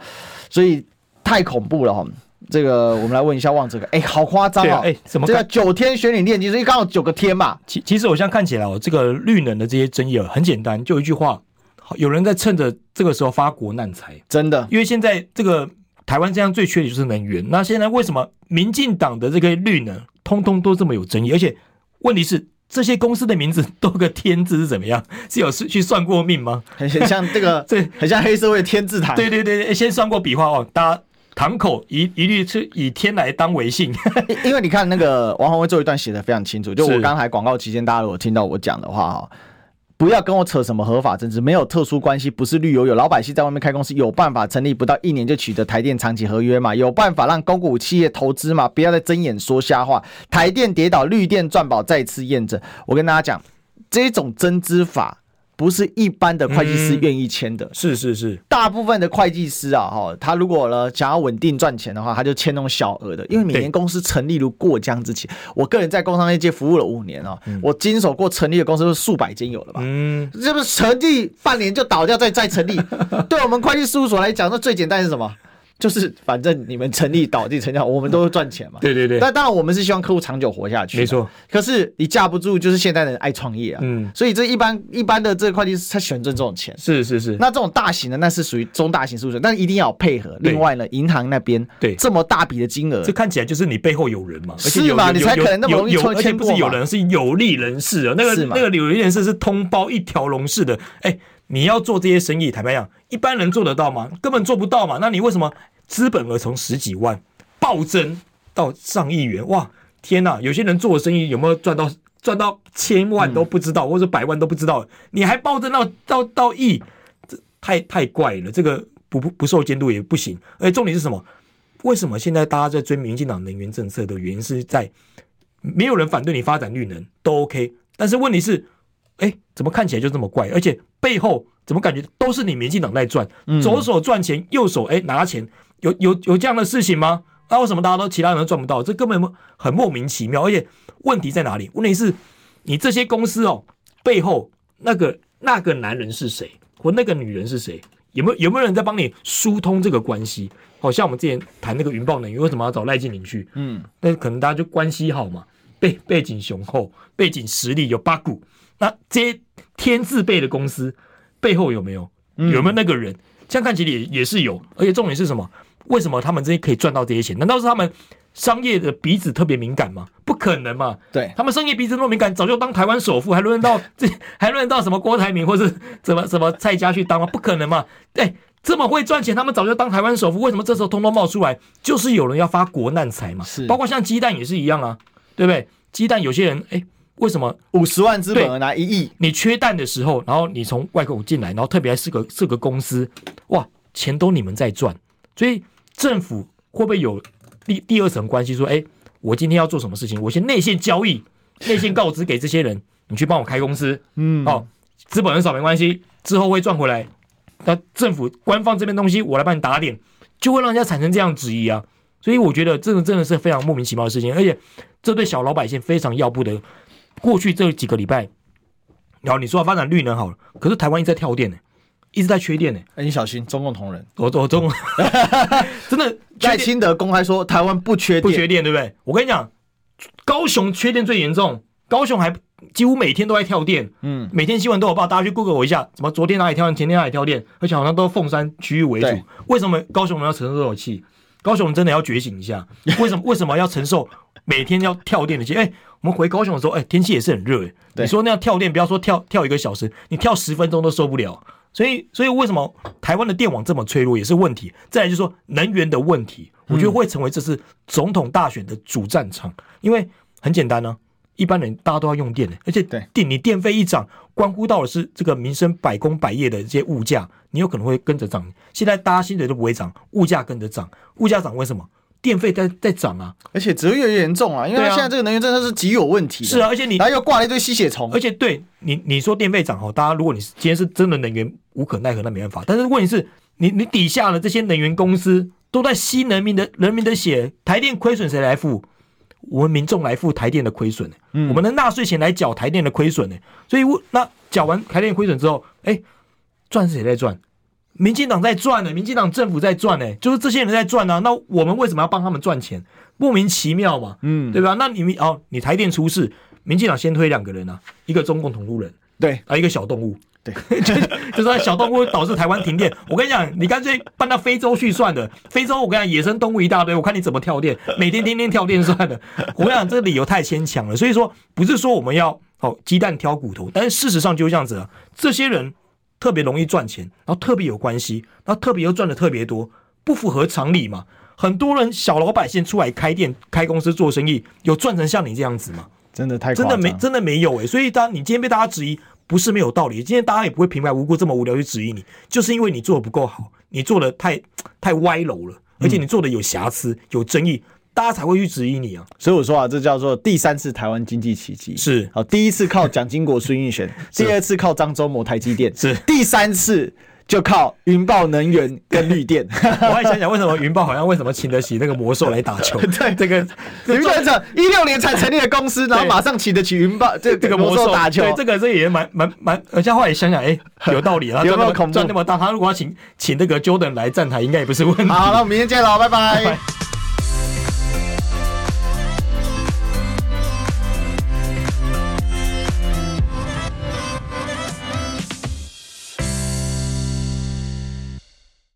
Speaker 1: 所以太恐怖了哈、哦。这个我们来问一下旺这个，哎，好夸张
Speaker 2: 对
Speaker 1: 哦
Speaker 2: 啊！哎怎么
Speaker 1: 这
Speaker 2: 看
Speaker 1: 个九天玄女炼金，所以刚好九个天嘛，
Speaker 2: 其其实我现在看起来哦，这个绿能的这些争议哦很简单，就一句话，好有人在趁着这个时候发国难财。
Speaker 1: 真的
Speaker 2: 因为现在这个台湾现在最缺的就是能源。那现在为什么民进党的这个绿能，通通都这么有争议？而且问题是，这些公司的名字都有个“天”字是怎么样？是有是去算过命吗？，
Speaker 1: 很很像这个
Speaker 2: 这
Speaker 1: 很像黑社会的天字塔。
Speaker 2: 对对对，对先算过笔画哦，大家堂口一一律是以天来当为姓。
Speaker 1: 因，因为你看那个王宏威最后一段写的非常清楚，就我
Speaker 2: 是
Speaker 1: 刚才广告期间，大家如果听到我讲的话哈，不要跟我扯什么合法政治，没有特殊关系，不是绿油油。老百姓在外面开公司有办法成立不到一年就取得台电长期合约嘛？有办法让公股企业投资嘛？不要再睁眼说瞎话。台电跌倒，绿电赚宝，再次验证。我跟大家讲，这种增资法不是一般的会计
Speaker 2: 嗯
Speaker 1: 师愿意签的。
Speaker 2: 是是是，
Speaker 1: 大部分的会计师啊，哈，他如果呢想要稳定赚钱的话，他就签那种小额的，因为每
Speaker 2: 对
Speaker 1: 年公司成立如过江之鲫。我个人在工商业界服务了五年哦，我经手过成立的公司是数百间有了吧？
Speaker 2: 嗯，
Speaker 1: 这不是成立半年就倒掉，再再 成立？对我们会计事务所来讲，那最简单是什么？就是反正你们成立倒地成立，我们都会赚钱嘛。
Speaker 2: 对对对，
Speaker 1: 但当然，我们是希望客户长久活下去，
Speaker 2: 没错。
Speaker 1: 可是你架不住，就是现代人爱创业啊，
Speaker 2: 嗯
Speaker 1: 所以这一般一般的这个会计师他喜欢赚这种钱，
Speaker 2: 是是是，
Speaker 1: 那这种大型的，那是属于中大型事务所，但一定要有配合。
Speaker 2: 对
Speaker 1: 另外呢，银行那边
Speaker 2: 对
Speaker 1: 这么大笔的金额
Speaker 2: 这，看起来就是你背后有人嘛，而且
Speaker 1: 是
Speaker 2: 有
Speaker 1: 嘛
Speaker 2: 有
Speaker 1: 你
Speaker 2: 有
Speaker 1: 才
Speaker 2: 有
Speaker 1: 可能那么容易
Speaker 2: 有
Speaker 1: 抽
Speaker 2: 有而且
Speaker 1: 签
Speaker 2: 不是
Speaker 1: 过
Speaker 2: 有
Speaker 1: 嘛
Speaker 2: 人是有利人士啊，那个
Speaker 1: 啊是嘛
Speaker 2: 那个有利人士是通包一条龙式的，哎，你要做这些生意，坦白讲，一般人做得到吗？根本做不到嘛。那你为什么资本额从十几万暴增到上亿元？哇，天呐，有些人做的生意有没有赚到？赚到千万都不知
Speaker 1: 嗯
Speaker 2: 道，或者百万都不知道，你还暴增到到到亿，太太怪了，这个不不不受监督也不行。而且重点是什么？为什么现在大家在追民进党能源政策的原因是在没有人反对你发展绿能都 OK，但是问题是，哎，怎么看起来就这么怪？而且背后怎么感觉都是你民进党在赚，左手赚钱，右手哎拿钱，有有有这样的事情吗？那、为什么大家都其他人都赚不到？这根本很莫名其妙。而且问题在哪里？问题是你这些公司哦，背后那个那个男人是谁，或那个女人是谁？有没有有没有人在帮你疏通这个关系？好、像我们之前谈那个云豹能源，为什么要找赖静玲去？
Speaker 1: 嗯，
Speaker 2: 但可能大家就关系好嘛，背背景雄厚，背景实力有八股，那这些天字辈的公司背后有没有
Speaker 1: 嗯
Speaker 2: 有没有那个人？这样看起来也也是有，而且重点是什么？为什么他们这些可以赚到这些钱？难道是他们商业的鼻子特别敏感吗？不可能嘛！
Speaker 1: 对，
Speaker 2: 他们商业鼻子那么敏感，早就当台湾首富，还轮得到 这还轮得到什么郭台铭或是什么什么蔡家去当吗？不可能嘛！哎、这么会赚钱，他们早就当台湾首富，为什么这时候通通冒出来？就是有人要发国难财嘛，
Speaker 1: 是
Speaker 2: 包括像鸡蛋也是一样啊，对不对？鸡蛋有些人哎、为什么
Speaker 1: 五十万资本额拿一亿，
Speaker 2: 你缺蛋的时候，然后你从外国进来，然后特别还是个是个公司，哇，钱都你们在赚，所以政府会不会有第第二层关系？说，哎，我今天要做什么事情，我先内线交易，内线告知给这些人，你去帮我开公司，
Speaker 1: 嗯，
Speaker 2: 哦，资本很少没关系，之后会赚回来。那政府官方这边东西，我来帮你打脸，就会让人家产生这样质疑啊。所以我觉得这个真的是非常莫名其妙的事情，而且这对小老百姓非常要不得。过去这几个礼拜，然后你说要发展绿能好了，可是台湾一直在跳电呢、一直在缺电呢、
Speaker 1: 哎你小心中共同人。
Speaker 2: 我我中， 真的缺
Speaker 1: 赖
Speaker 2: 电
Speaker 1: 清德公开说台湾不缺
Speaker 2: 不
Speaker 1: 电，
Speaker 2: 缺电，对不对？我跟你讲，高雄缺电最严重，高雄还几乎每天都在跳电，
Speaker 1: 嗯，
Speaker 2: 每天新闻都有报，大家去 Google 我一下，什么昨天哪里跳电，前天哪里跳电，而且好像都是凤山区域为主
Speaker 1: 对。
Speaker 2: 为什么高雄人要承受这口气？高雄人真的要觉醒 一下，为什么为什么要承受每天要跳电的气？哎、我们回高雄的时候，哎、天气也是很热、哎，
Speaker 1: 对
Speaker 2: 你说那样跳电，不要说跳跳一个小时，你跳十分钟都受不了。所以，所以为什么台湾的电网这么脆弱也是问题？再来就是说能源的问题，我觉得会成为这次总统大选的主战场，
Speaker 1: 嗯
Speaker 2: 因为很简单呢、一般人大家都要用电的，而且
Speaker 1: 对
Speaker 2: 电你电费一涨，关乎到的是这个民生百工百业的这些物价，你有可能会跟着涨。现在大家薪水都不会涨，物价跟着涨，物价涨为什么？电费在在涨啊，
Speaker 1: 而且只会越来越严重啊，因为
Speaker 2: 对
Speaker 1: 他
Speaker 2: 啊
Speaker 1: 现在这个能源政策是极有问题的，
Speaker 2: 是啊，，而且你
Speaker 1: 然后又挂了一堆吸血虫
Speaker 2: 而，且对你，你说电费涨哦，大家如果你是今天是真的能源无可奈何，那没办法。但是问题是，你你底下的这些能源公司都在吸人民的人民的血，台电亏损谁来付？我们民众来付台电的亏损、欸我们的纳税钱来缴台电的亏损呢、欸所以我那缴完台电亏损之后，哎、赚是谁在赚？民进党在赚呢、欸民进党政府在赚呢、欸就是这些人在赚啊。那我们为什么要帮他们赚钱？莫名其妙嘛，嗯，对吧？那你们哦，你台电出事，民进党先推两个人啊，一个中共同路人
Speaker 1: 对，
Speaker 2: 啊，一个小动物，
Speaker 1: 对，
Speaker 2: 就是就是那小动物导致台湾停电。我跟你讲，你干脆搬到非洲去算了。非洲我跟你讲，野生动物一大堆，我看你怎么跳电，每天天天跳电算了。我跟你讲，这个理由太牵强了。所以说，不是说我们要哦鸡蛋挑骨头，但是事实上就是这样子啊。这些人特别容易赚钱，然后特别有关系，然后特别又赚的特别多，不符合常理嘛。很多人小老百姓出来开店、开公司做生意，有赚成像你这样子吗？
Speaker 1: 真的太
Speaker 2: 真
Speaker 1: 夸
Speaker 2: 的欸
Speaker 1: 张
Speaker 2: 没真的没有哎、所以当你今天被大家质疑，不是没有道理。今天大家也不会平白无故这么无聊去质疑你，就是因为你做的不够好，你做的太太歪楼了，
Speaker 1: 嗯
Speaker 2: 而且你做的有瑕疵、有争议，大家才会去质疑你啊。
Speaker 1: 所以我说啊，这叫做第三次台湾经济奇迹。
Speaker 2: 是
Speaker 1: 好，第一次靠蒋经国、孙运璇，第二次靠漳州某台积电，
Speaker 2: 是
Speaker 1: 第三次就靠云豹能源跟绿电。
Speaker 2: 我还想想为什么云豹好像为什么请得起那个魔兽来 打球？对，这个
Speaker 1: 云队长一六年才成立的公司，然后马上请得起云豹这
Speaker 2: 这
Speaker 1: 这
Speaker 2: 个
Speaker 1: 个魔
Speaker 2: 魔兽
Speaker 1: 兽打球
Speaker 2: 对，这个这个也蛮蛮蛮，而且后来想想，哎，有道理啊，
Speaker 1: 有没有
Speaker 2: 赚那么
Speaker 1: 恐怖
Speaker 2: 赚那么大，他如果要请请那个 Jordan 来站台，应该也不是问题。
Speaker 1: 好，那我们明天见喽，拜拜。